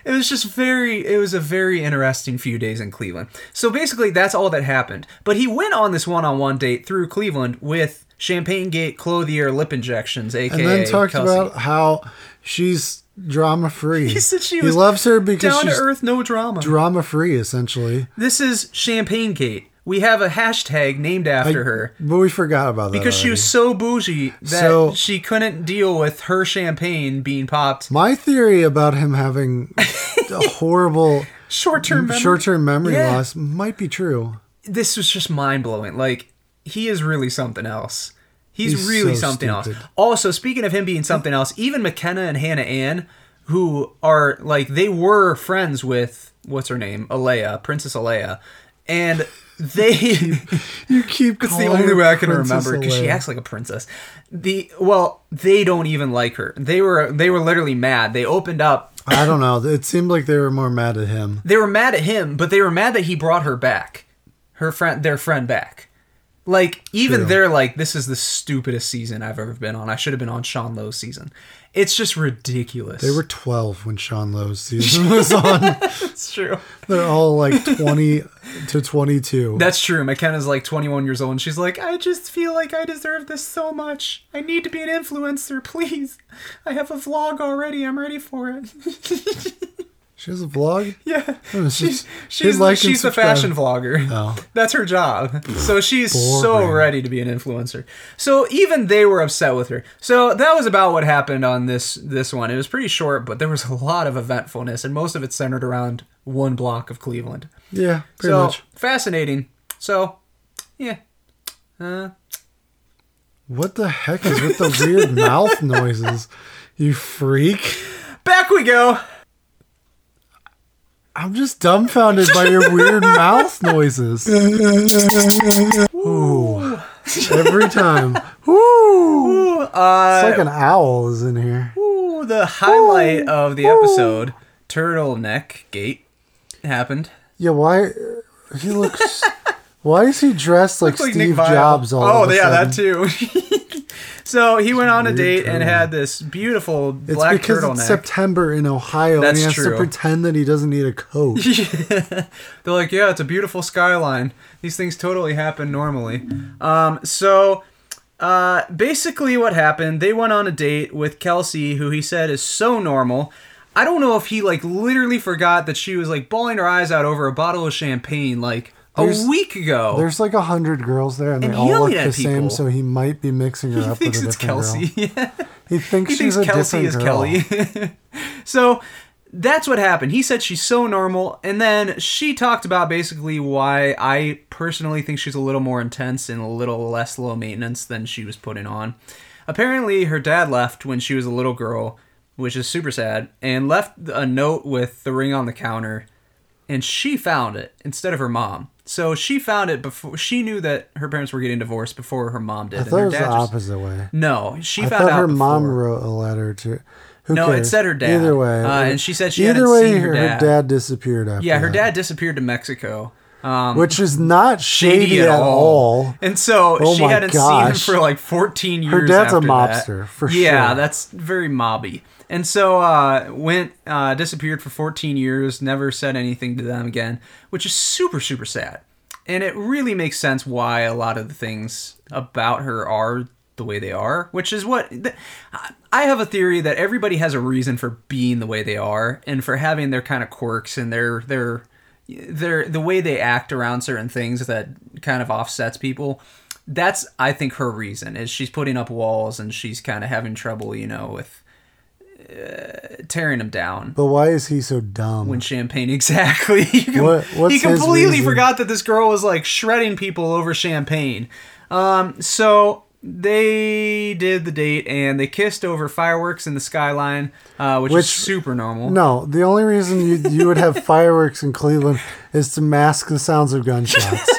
Speaker 2: It was just very it was a very interesting few days in Cleveland. So basically that's all that happened. But he went on this one-on-one date through Cleveland with Champagne Gate Clothier lip injections, aka
Speaker 1: and then talked
Speaker 2: eh, Kelsey.
Speaker 1: about how she's drama free.
Speaker 2: he said she
Speaker 1: he
Speaker 2: was
Speaker 1: loves her because
Speaker 2: down to
Speaker 1: she's
Speaker 2: earth, no drama.
Speaker 1: drama free, essentially.
Speaker 2: this is Champagne Gate. We have a hashtag named after her.
Speaker 1: But we forgot about that
Speaker 2: Because she
Speaker 1: already.
Speaker 2: was so bougie that
Speaker 1: So-
Speaker 2: she couldn't deal with her champagne being popped.
Speaker 1: My theory about him having a horrible
Speaker 2: Short term memory.
Speaker 1: short term memory
Speaker 2: Yeah.
Speaker 1: loss might be true.
Speaker 2: this was just mind blowing. Like he is really something else. He's,
Speaker 1: He's
Speaker 2: really
Speaker 1: so
Speaker 2: something
Speaker 1: stupid.
Speaker 2: else. Also, speaking of him being something else, even McKenna and Hannah Ann, who are like they were friends with what's her name, Alea, Princess Alea, and they
Speaker 1: You keep
Speaker 2: It's the
Speaker 1: calling
Speaker 2: only
Speaker 1: her
Speaker 2: way I can
Speaker 1: Princess
Speaker 2: remember because she
Speaker 1: Leia.
Speaker 2: acts like a princess. The well, they don't even like her. They were they were literally mad. They opened up.
Speaker 1: I don't know. It seemed like they were more mad at him.
Speaker 2: They were mad at him, but they were mad that he brought her back, her friend, their friend back. Like even
Speaker 1: True.
Speaker 2: they're like, this is the stupidest season I've ever been on. I should have been on Sean Lowe's season. It's just ridiculous.
Speaker 1: They were 12 when Sean Lowe's season was on.
Speaker 2: That's true.
Speaker 1: They're all like 20 to 22.
Speaker 2: That's true. McKenna's like 21 years old, and she's like, I just feel like I deserve this so much. I need to be an influencer, please. I have a vlog already. I'm ready for it.
Speaker 1: she has a vlog?
Speaker 2: Yeah,
Speaker 1: was
Speaker 2: she's
Speaker 1: just-
Speaker 2: she's,
Speaker 1: hit like and
Speaker 2: she's the
Speaker 1: subscribe.
Speaker 2: fashion vlogger.
Speaker 1: Oh.
Speaker 2: That's her job. So she's so
Speaker 1: Boring.
Speaker 2: ready to be an influencer. So even they were upset with her. So that was about what happened on this this one. It was pretty short, but there was a lot of eventfulness, and most of it centered around one block of Cleveland.
Speaker 1: Yeah, pretty
Speaker 2: so
Speaker 1: much.
Speaker 2: fascinating. So yeah, uh,
Speaker 1: What the heck is with the weird mouth noises? You freak.
Speaker 2: back we go.
Speaker 1: I'm just dumbfounded by your weird mouth noises. Ooh. Every time. Ooh.
Speaker 2: Ooh, uh,
Speaker 1: It's like an owl is in here.
Speaker 2: ooh, the highlight of the episode, turtleneck gate, happened.
Speaker 1: Yeah, why? He looks. why is he dressed like
Speaker 2: Looks like
Speaker 1: Steve
Speaker 2: Nick Vial.
Speaker 1: Jobs all
Speaker 2: Oh
Speaker 1: of a
Speaker 2: yeah,
Speaker 1: sudden?
Speaker 2: that too. so he went on a
Speaker 1: Weird
Speaker 2: date and
Speaker 1: turtleneck.
Speaker 2: had this beautiful
Speaker 1: It's
Speaker 2: black
Speaker 1: because
Speaker 2: turtleneck.
Speaker 1: it's September in Ohio and
Speaker 2: That's
Speaker 1: he has
Speaker 2: true.
Speaker 1: to pretend that he doesn't need a coat.
Speaker 2: They're like, yeah, it's a beautiful skyline. These things totally happen normally. Um, so uh, basically, what happened? They went on a date with Kelsey, who he said is so normal. I don't know if he like literally forgot that she was like bawling her eyes out over a bottle of champagne like
Speaker 1: There's-
Speaker 2: a week ago.
Speaker 1: There's like a hundred girls there and,
Speaker 2: And
Speaker 1: they all look
Speaker 2: yelling at
Speaker 1: the
Speaker 2: people.
Speaker 1: same, so he might be mixing her
Speaker 2: he
Speaker 1: up
Speaker 2: thinks
Speaker 1: with a
Speaker 2: it's
Speaker 1: different
Speaker 2: Kelsey.
Speaker 1: girl. He thinks
Speaker 2: he
Speaker 1: she's
Speaker 2: thinks
Speaker 1: a
Speaker 2: Kelsey
Speaker 1: different
Speaker 2: is
Speaker 1: girl.
Speaker 2: Kelly. so that's what happened. He said she's so normal, and then she talked about basically why I personally think she's a little more intense and a little less low maintenance than she was putting on. Apparently, her dad left when she was a little girl, which is super sad, and left a note with the ring on the counter, and she found it instead of her mom. So she found it before she knew that her parents were getting divorced before her mom did.
Speaker 1: I
Speaker 2: and
Speaker 1: thought
Speaker 2: her
Speaker 1: it was the
Speaker 2: dad just-
Speaker 1: opposite way.
Speaker 2: No, she
Speaker 1: I
Speaker 2: found
Speaker 1: thought
Speaker 2: out
Speaker 1: her mom
Speaker 2: before.
Speaker 1: wrote a letter to. Who
Speaker 2: No, it
Speaker 1: cares?
Speaker 2: said her dad.
Speaker 1: Either way,
Speaker 2: Uh, and she said she hadn't
Speaker 1: way,
Speaker 2: seen her dad.
Speaker 1: dad. disappeared after.
Speaker 2: Yeah, her
Speaker 1: that,
Speaker 2: dad disappeared to Mexico. Um,
Speaker 1: which is not shady,
Speaker 2: shady
Speaker 1: at all.
Speaker 2: And so
Speaker 1: Oh
Speaker 2: she
Speaker 1: my
Speaker 2: hadn't
Speaker 1: gosh.
Speaker 2: seen him for like 14 years.
Speaker 1: dad's a
Speaker 2: after that.
Speaker 1: mobster, for
Speaker 2: Yeah,
Speaker 1: sure.
Speaker 2: that's very mobby. And so uh, went uh, disappeared for 14 years, never said anything to them again, which is super super sad. And it really makes sense why a lot of the things about her are the way they are, which is what th- I have a theory that everybody has a reason for being the way they are and for having their kind of quirks and their their their the way they act around certain things that kind of offsets people that's i think her reason is she's putting up walls and she's kind of having trouble you know with uh, tearing them down
Speaker 1: But why is he so dumb?
Speaker 2: when champagne exactly You com-
Speaker 1: What- what's
Speaker 2: he
Speaker 1: his
Speaker 2: completely
Speaker 1: reason?
Speaker 2: forgot that this girl was like shredding people over champagne um so they did the date and they kissed over fireworks in the skyline uh, which,
Speaker 1: Which-
Speaker 2: is super normal
Speaker 1: no, the only reason you, you would have fireworks in Cleveland is to mask the sounds of gunshots.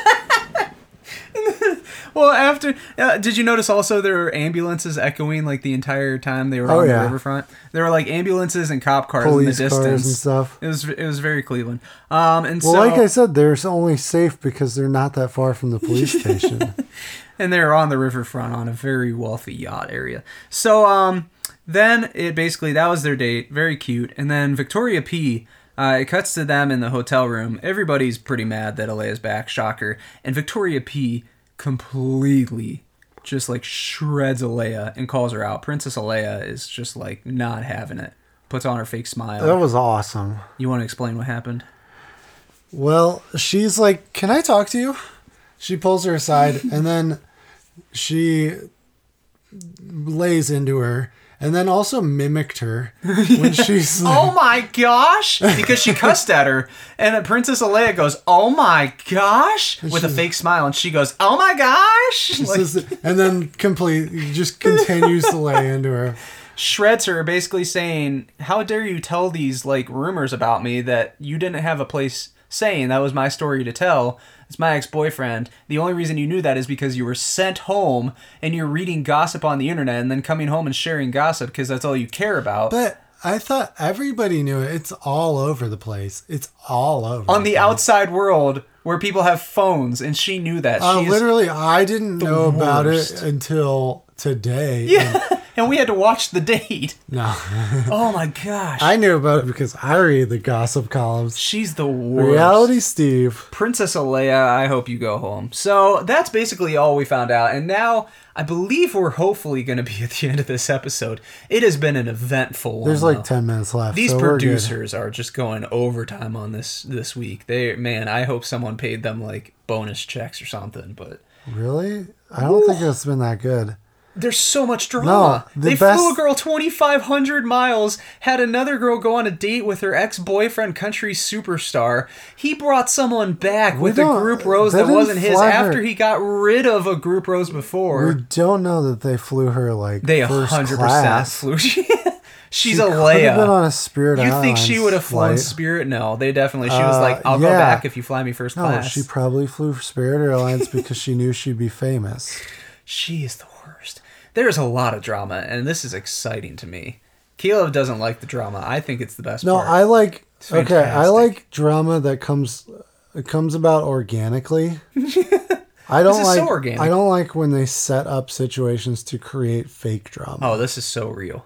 Speaker 2: Well, after uh, did you notice also there were ambulances echoing like the entire time they were
Speaker 1: Oh,
Speaker 2: on the
Speaker 1: yeah.
Speaker 2: riverfront? There were like ambulances and cop cars
Speaker 1: Police
Speaker 2: in the
Speaker 1: cars and
Speaker 2: distance
Speaker 1: stuff.
Speaker 2: It was it was very Cleveland. Um, and
Speaker 1: Well,
Speaker 2: so
Speaker 1: like I said, they're only safe because they're not that far from the police station.
Speaker 2: and they were on the riverfront on a very wealthy yacht area. So um, then it basically that was their date, very cute. And then Victoria P. Uh, it cuts to them in the hotel room. Everybody's pretty mad that Alea's back, shocker. And Victoria P. completely just like shreds Alea and calls her out. Princess Alea is just like not having it. Puts on her fake smile.
Speaker 1: that was awesome.
Speaker 2: You want to explain what happened?
Speaker 1: Well, she's like, "Can I talk to you?" She pulls her aside, and then she lays into her, and then also mimicked her when she's like,
Speaker 2: Oh my gosh! Because she cussed at her, and then Princess Leia goes, "Oh my gosh!" with a fake smile, and she goes, "Oh my gosh!" Like,
Speaker 1: this is- and then complete just continues to lay into her.
Speaker 2: shreds her, basically saying, "How dare you tell these like rumors about me that you didn't have a place saying that was my story to tell." It's my ex-boyfriend. The only reason you knew that is because you were sent home and you're reading gossip on the internet and then coming home and sharing gossip because that's all you care about.
Speaker 1: But I thought everybody knew it. It's all over the place. It's all over
Speaker 2: on the
Speaker 1: place.
Speaker 2: outside world where people have phones and she knew that
Speaker 1: Uh,
Speaker 2: she is-
Speaker 1: literally, I didn't know about it
Speaker 2: worst.
Speaker 1: until today. And-
Speaker 2: yeah and we had to watch the date
Speaker 1: No,
Speaker 2: oh my gosh
Speaker 1: I knew about it because I read the gossip columns.
Speaker 2: she's the worst
Speaker 1: Reality Steve.
Speaker 2: princess alea i hope you go home so that's basically all we found out and now i believe we're hopefully going to be at the end of this episode it has been an eventful one,
Speaker 1: There's like
Speaker 2: though.
Speaker 1: ten minutes left.
Speaker 2: Oh, these
Speaker 1: so we're good.
Speaker 2: producers are just going overtime on this this week they man i hope someone paid them like bonus checks or something but
Speaker 1: Really? I don't think it's been that good.
Speaker 2: There's so much drama.
Speaker 1: No, the
Speaker 2: they flew
Speaker 1: best-
Speaker 2: a girl 2,500 miles, had another girl go on a date with her ex boyfriend, country superstar. He brought someone back with a
Speaker 1: don't-
Speaker 2: group rose
Speaker 1: they
Speaker 2: that
Speaker 1: didn't
Speaker 2: wasn't his
Speaker 1: fly her.
Speaker 2: after he got rid of a group rose before.
Speaker 1: We don't know that they flew her like
Speaker 2: they
Speaker 1: first
Speaker 2: 100%
Speaker 1: class.
Speaker 2: flew. She's a
Speaker 1: Could have been
Speaker 2: Leia.
Speaker 1: on a Spirit
Speaker 2: You think
Speaker 1: Airlines
Speaker 2: she would have flown
Speaker 1: flight.
Speaker 2: Spirit? No, they definitely. She was
Speaker 1: Uh,
Speaker 2: like, I'll go
Speaker 1: yeah.
Speaker 2: back if you fly me first
Speaker 1: No,
Speaker 2: class.
Speaker 1: Oh, she probably flew for Spirit Airlines because she knew she'd be famous.
Speaker 2: She is the worst. There is a lot of drama, and this is exciting to me. Caleb doesn't like the drama. I think it's the best
Speaker 1: No,
Speaker 2: part.
Speaker 1: I like okay. I
Speaker 2: fantastic.
Speaker 1: like drama that comes it comes about organically. I don't
Speaker 2: is so
Speaker 1: like
Speaker 2: organic.
Speaker 1: I don't like when they set up situations to create fake drama.
Speaker 2: oh, this is so real.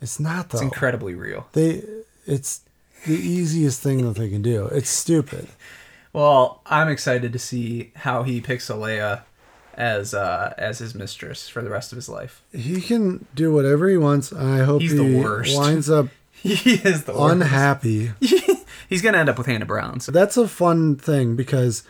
Speaker 1: It's not though.
Speaker 2: It's incredibly real.
Speaker 1: they it's the easiest thing that they can do. It's stupid.
Speaker 2: Well, I'm excited to see how he picks Alea as uh, as his mistress for the rest of his life.
Speaker 1: He can do whatever he wants. and I hope
Speaker 2: He's
Speaker 1: he
Speaker 2: the worst.
Speaker 1: winds up
Speaker 2: He is the worst.
Speaker 1: unhappy.
Speaker 2: He's gonna end up with Hannah Brown. So
Speaker 1: That's a fun thing because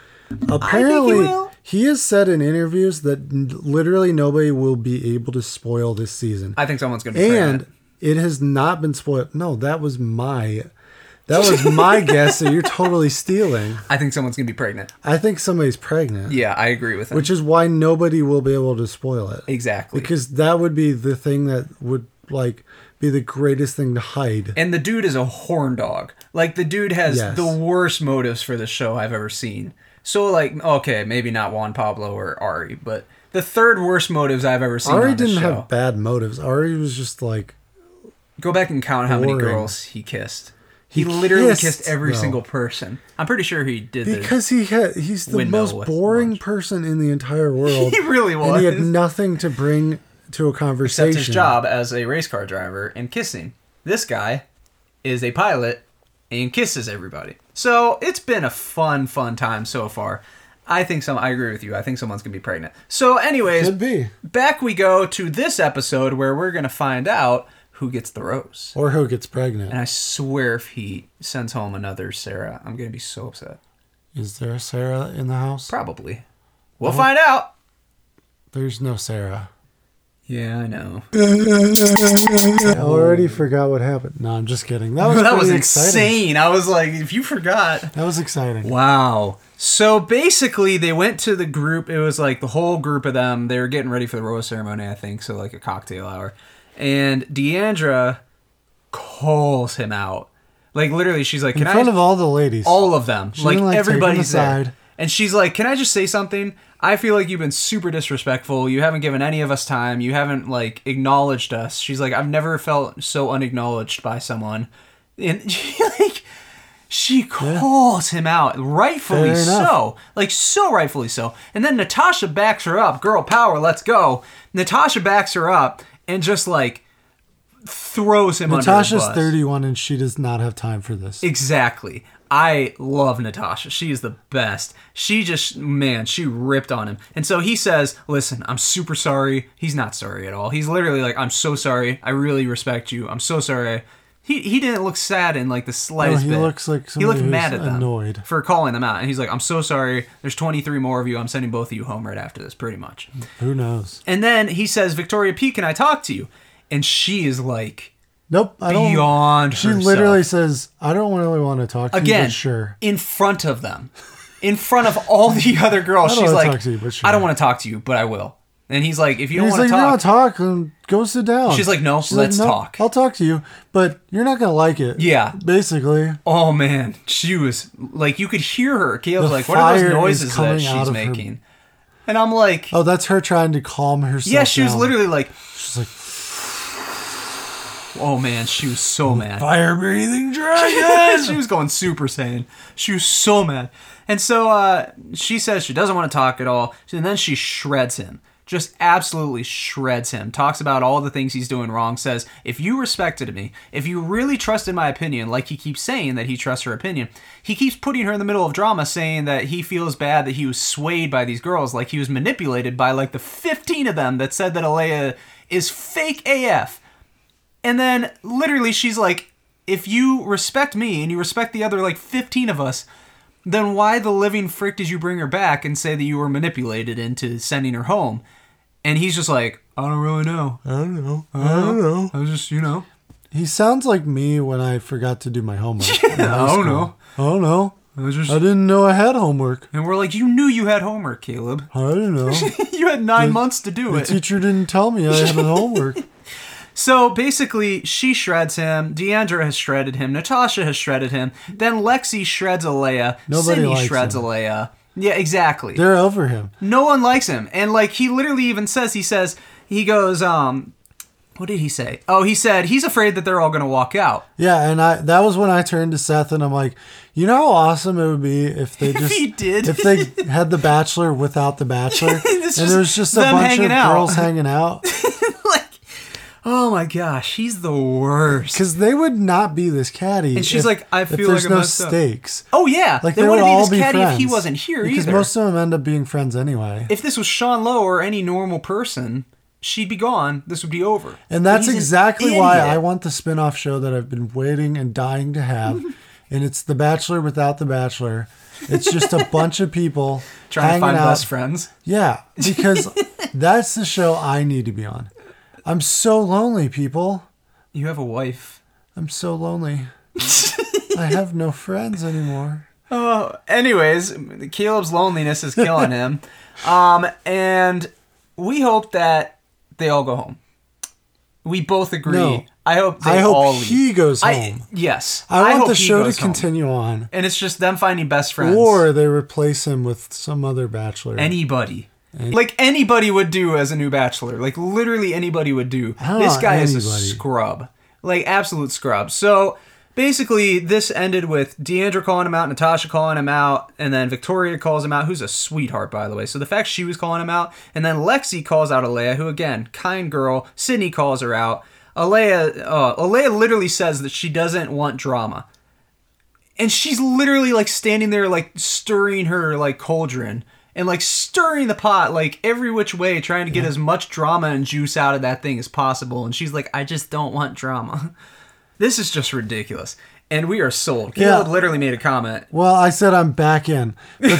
Speaker 1: apparently
Speaker 2: will.
Speaker 1: he has said in interviews that n- literally nobody will be able to spoil this season.
Speaker 2: I think someone's gonna be
Speaker 1: and
Speaker 2: pregnant.
Speaker 1: it has not been spoiled. No, that was my that was my guess that you're totally stealing.
Speaker 2: I think someone's gonna be pregnant.
Speaker 1: I think somebody's pregnant,
Speaker 2: Yeah, I agree with him.
Speaker 1: which is why nobody will be able to spoil it.
Speaker 2: exactly.
Speaker 1: Because that would be the thing that would like be the greatest thing to hide.
Speaker 2: and the dude is a horn dog. Like the dude has
Speaker 1: Yes.
Speaker 2: the worst motives for the show I've ever seen. So like, okay, maybe not Juan Pablo or Ari, but the third worst motives I've ever seen.
Speaker 1: Ari
Speaker 2: on this
Speaker 1: didn't
Speaker 2: show.
Speaker 1: have bad motives. Ari was just like
Speaker 2: Go back and count how many
Speaker 1: Boring.
Speaker 2: girls he kissed. He, literally kissed,
Speaker 1: kissed,
Speaker 2: every
Speaker 1: though.
Speaker 2: single person. I'm pretty sure he did this.
Speaker 1: because he had he's the
Speaker 2: Windmill
Speaker 1: most
Speaker 2: was
Speaker 1: boring person in the entire world.
Speaker 2: He really
Speaker 1: and he had
Speaker 2: was.
Speaker 1: nothing to bring to a conversation.
Speaker 2: Except his job as a race car driver and kissing. This guy is a pilot and kisses everybody. So it's been a fun, fun time so far. I think some. I agree with you. I think someone's gonna be pregnant. So, anyways,
Speaker 1: could be
Speaker 2: back we go to this episode where we're gonna find out who gets the rose.
Speaker 1: or who gets pregnant.
Speaker 2: And I swear, if he sends home another Sarah, I'm gonna be so upset.
Speaker 1: Is there a Sarah in the house?
Speaker 2: Probably. We'll
Speaker 1: Oh.
Speaker 2: find out.
Speaker 1: There's no Sarah.
Speaker 2: Yeah, I know.
Speaker 1: I already forgot what happened. Oh. No, I'm just kidding. That was
Speaker 2: that was
Speaker 1: pretty exciting.
Speaker 2: insane. I was like, if you forgot.
Speaker 1: That was exciting.
Speaker 2: Wow. So basically, they went to the group. It was like the whole group of them. They were getting ready for the royal ceremony, I think. So, like a cocktail hour. And Deandra calls him out. Like, literally, she's like,
Speaker 1: In
Speaker 2: Can I.
Speaker 1: front of all the ladies.
Speaker 2: all of them. like,
Speaker 1: didn't, like, take
Speaker 2: everybody's
Speaker 1: them
Speaker 2: there.
Speaker 1: aside.
Speaker 2: And she's like, "Can I just say something? I feel like you've been super disrespectful. You haven't given any of us time. You haven't like acknowledged us." She's like, "I've never felt so unacknowledged by someone." And she like she calls him out, rightfully
Speaker 1: Fair enough.
Speaker 2: so. Like so rightfully so. And then Natasha backs her up. Girl power, let's go. Natasha backs her up and just like throws him under
Speaker 1: Natasha's
Speaker 2: the bus.
Speaker 1: 31 and she does not have time for this.
Speaker 2: Exactly. I love Natasha. She is the best. She just, man, she ripped on him. And so he says, Listen, I'm super sorry. He's not sorry at all. He's literally like, I'm so sorry. I really respect you. I'm so sorry. He, he didn't look sad in like the slightest
Speaker 1: he
Speaker 2: bit.
Speaker 1: looks like
Speaker 2: he
Speaker 1: somebody
Speaker 2: looked
Speaker 1: who's
Speaker 2: mad at them
Speaker 1: annoyed.
Speaker 2: for calling them out, and he's like, "I'm so sorry. There's 23 more of you. I'm
Speaker 1: Mm.
Speaker 2: sending both of you home right after this, pretty much."
Speaker 1: Who knows?
Speaker 2: And then he says, Victoria P, can I talk to you? and she is like
Speaker 1: Nope. I don't.
Speaker 2: beyond
Speaker 1: she
Speaker 2: herself.
Speaker 1: literally says, "I don't really want to talk to you."
Speaker 2: again
Speaker 1: But sure.
Speaker 2: in front of them in front of all the other girls
Speaker 1: don't
Speaker 2: she's
Speaker 1: wanna
Speaker 2: like
Speaker 1: talk to you, but sure.
Speaker 2: i don't want to talk to you but i will and he's like if you don't
Speaker 1: He's like,
Speaker 2: want to
Speaker 1: "You
Speaker 2: talk
Speaker 1: don't talk. um, Go sit down."
Speaker 2: She's like, "No, let's talk."
Speaker 1: I'll talk to you, but you're not gonna like it.
Speaker 2: Yeah.
Speaker 1: Basically,
Speaker 2: oh man she was like you could hear her Caleb's
Speaker 1: The
Speaker 2: like what are
Speaker 1: fire
Speaker 2: those
Speaker 1: is
Speaker 2: noises
Speaker 1: coming
Speaker 2: that
Speaker 1: out
Speaker 2: she's
Speaker 1: of her-
Speaker 2: making and i'm like
Speaker 1: oh, that's her trying to calm herself.
Speaker 2: yeah she was
Speaker 1: down.
Speaker 2: literally like
Speaker 1: She's like,
Speaker 2: oh man she was so mad
Speaker 1: fire breathing dragon.
Speaker 2: she was going super saiyan. She was so mad. And so uh, she says she doesn't want to talk at all. And then she shreds him. Just absolutely shreds him. Talks about all the things he's doing wrong. Says, if you respected me, if you really trusted my opinion, like he keeps saying that he trusts her opinion, he keeps putting her in the middle of drama saying that he feels bad that he was swayed by these girls, like he was manipulated by like the 15 of them that said that Alea is fake AF. And then literally she's like, if you respect me and you respect the other like 15 of us, then why the living frick did you bring her back and say that you were manipulated into sending her home? And he's just like, I don't really know.
Speaker 1: I don't know. I don't know.
Speaker 2: I was just, you know.
Speaker 1: He sounds like me when I forgot to do my homework. in high
Speaker 2: I don't
Speaker 1: school.
Speaker 2: know.
Speaker 1: I don't know.
Speaker 2: I was
Speaker 1: I
Speaker 2: just.
Speaker 1: didn't know I had homework.
Speaker 2: And we're like, you knew you had homework, Caleb.
Speaker 1: I don't know.
Speaker 2: you had nine months to do
Speaker 1: The
Speaker 2: it.
Speaker 1: teacher didn't tell me I had homework.
Speaker 2: So basically, she shreds him. Deandra has shredded him. Natasha has shredded him. Then Lexi shreds Alea.
Speaker 1: Nobody
Speaker 2: Sydney
Speaker 1: likes
Speaker 2: shreds
Speaker 1: him.
Speaker 2: Alea. Yeah, exactly.
Speaker 1: They're over him.
Speaker 2: no one likes him and like he literally even says he says he goes um what did he say oh he said he's afraid that they're all gonna walk out
Speaker 1: Yeah, and I that was when I turned to Seth and I'm like, you know how awesome it would be if they just
Speaker 2: he did.
Speaker 1: if they had the Bachelor without the Bachelor, and
Speaker 2: It's
Speaker 1: it
Speaker 2: just
Speaker 1: was just a
Speaker 2: them
Speaker 1: bunch
Speaker 2: hanging
Speaker 1: of
Speaker 2: out.
Speaker 1: girls hanging out
Speaker 2: like oh my gosh he's the worst
Speaker 1: because they would not be this catty.
Speaker 2: And she's
Speaker 1: if-
Speaker 2: like, I
Speaker 1: if
Speaker 2: feel
Speaker 1: there's
Speaker 2: like I
Speaker 1: no
Speaker 2: messed up.
Speaker 1: stakes.
Speaker 2: oh yeah
Speaker 1: Like
Speaker 2: they,
Speaker 1: they, would
Speaker 2: wouldn't be
Speaker 1: all
Speaker 2: this
Speaker 1: be
Speaker 2: catty
Speaker 1: friends
Speaker 2: if he wasn't here
Speaker 1: because
Speaker 2: either
Speaker 1: most of them end up being friends anyway.
Speaker 2: if this was sean lowe or any normal person she'd be gone this would be over
Speaker 1: And that's
Speaker 2: He's an
Speaker 1: exactly why
Speaker 2: idiot.
Speaker 1: I want the spin-off show that I've been waiting and dying to have. and it's The Bachelor without The Bachelor. It's just a bunch of people
Speaker 2: trying to
Speaker 1: hanging
Speaker 2: find
Speaker 1: out.
Speaker 2: best friends
Speaker 1: Yeah, because that's the show I need to be on. I'm so lonely, people.
Speaker 2: you have a wife
Speaker 1: I'm so lonely. I have no friends anymore.
Speaker 2: Oh, anyways, Caleb's loneliness is killing him. um, and we hope that they all go home. We both agree.
Speaker 1: No.
Speaker 2: I hope they
Speaker 1: I hope
Speaker 2: all
Speaker 1: he
Speaker 2: leave.
Speaker 1: goes
Speaker 2: I,
Speaker 1: home.
Speaker 2: yes.
Speaker 1: I want
Speaker 2: hope
Speaker 1: the
Speaker 2: he
Speaker 1: show
Speaker 2: goes
Speaker 1: to
Speaker 2: home.
Speaker 1: continue on.
Speaker 2: And it's just them finding best friends.
Speaker 1: Or they replace him with some other bachelor.
Speaker 2: anybody. Like anybody would do as a new bachelor. Like literally anybody would do.
Speaker 1: Huh,
Speaker 2: this guy is
Speaker 1: anybody.
Speaker 2: a scrub. Like absolute scrub. So basically this ended with Deandra calling him out, Natasha calling him out, and then Victoria calls him out, who's a sweetheart by the way. So the fact she was calling him out, and then Lexi calls out Alea, who again, kind girl, Sydney calls her out. Alea uh, Alea literally says that she doesn't want drama and she's literally like standing there like stirring her like cauldron and like stirring the pot like every which way trying to get as much drama and juice out of that thing as possible and she's like i just don't want drama this is just ridiculous and we are sold
Speaker 1: Yeah.
Speaker 2: caleb literally made a comment
Speaker 1: Well, I said I'm back in, but,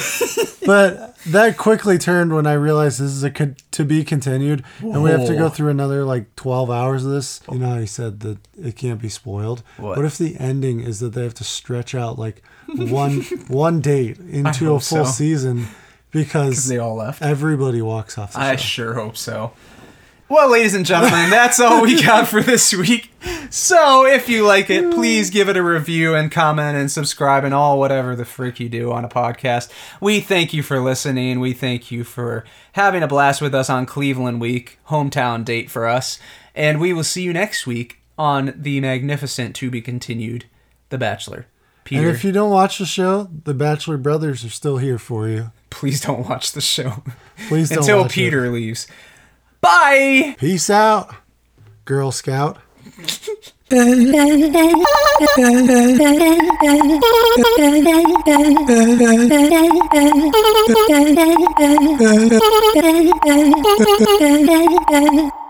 Speaker 1: but that quickly turned when I realized this is a con- to be continued, and we have to
Speaker 2: Whoa.
Speaker 1: go through another like 12 hours of this. You know, how you said that it can't be spoiled.
Speaker 2: What?
Speaker 1: if the ending is that they have to stretch out like one one date into a
Speaker 2: hope
Speaker 1: full
Speaker 2: so.
Speaker 1: season because
Speaker 2: they all left
Speaker 1: everybody walks off the
Speaker 2: I
Speaker 1: show.
Speaker 2: sure hope so. Well, ladies and gentlemen, that's all we got for this week. So, if you like it, please give it a review and comment and subscribe and all whatever the freak you do on a podcast. We thank you for listening. We thank you for having a blast with us on Cleveland Week, hometown date for us. And we will see you next week on the magnificent to be continued The Bachelor.
Speaker 1: and
Speaker 2: Peter,
Speaker 1: if you don't watch the show, the Bachelor brothers are still here for you.
Speaker 2: please don't watch the show
Speaker 1: Please don't
Speaker 2: until
Speaker 1: watch it.
Speaker 2: Peter leaves. Bye.
Speaker 1: Peace out, Girl Scout.
Speaker 3: Thank you.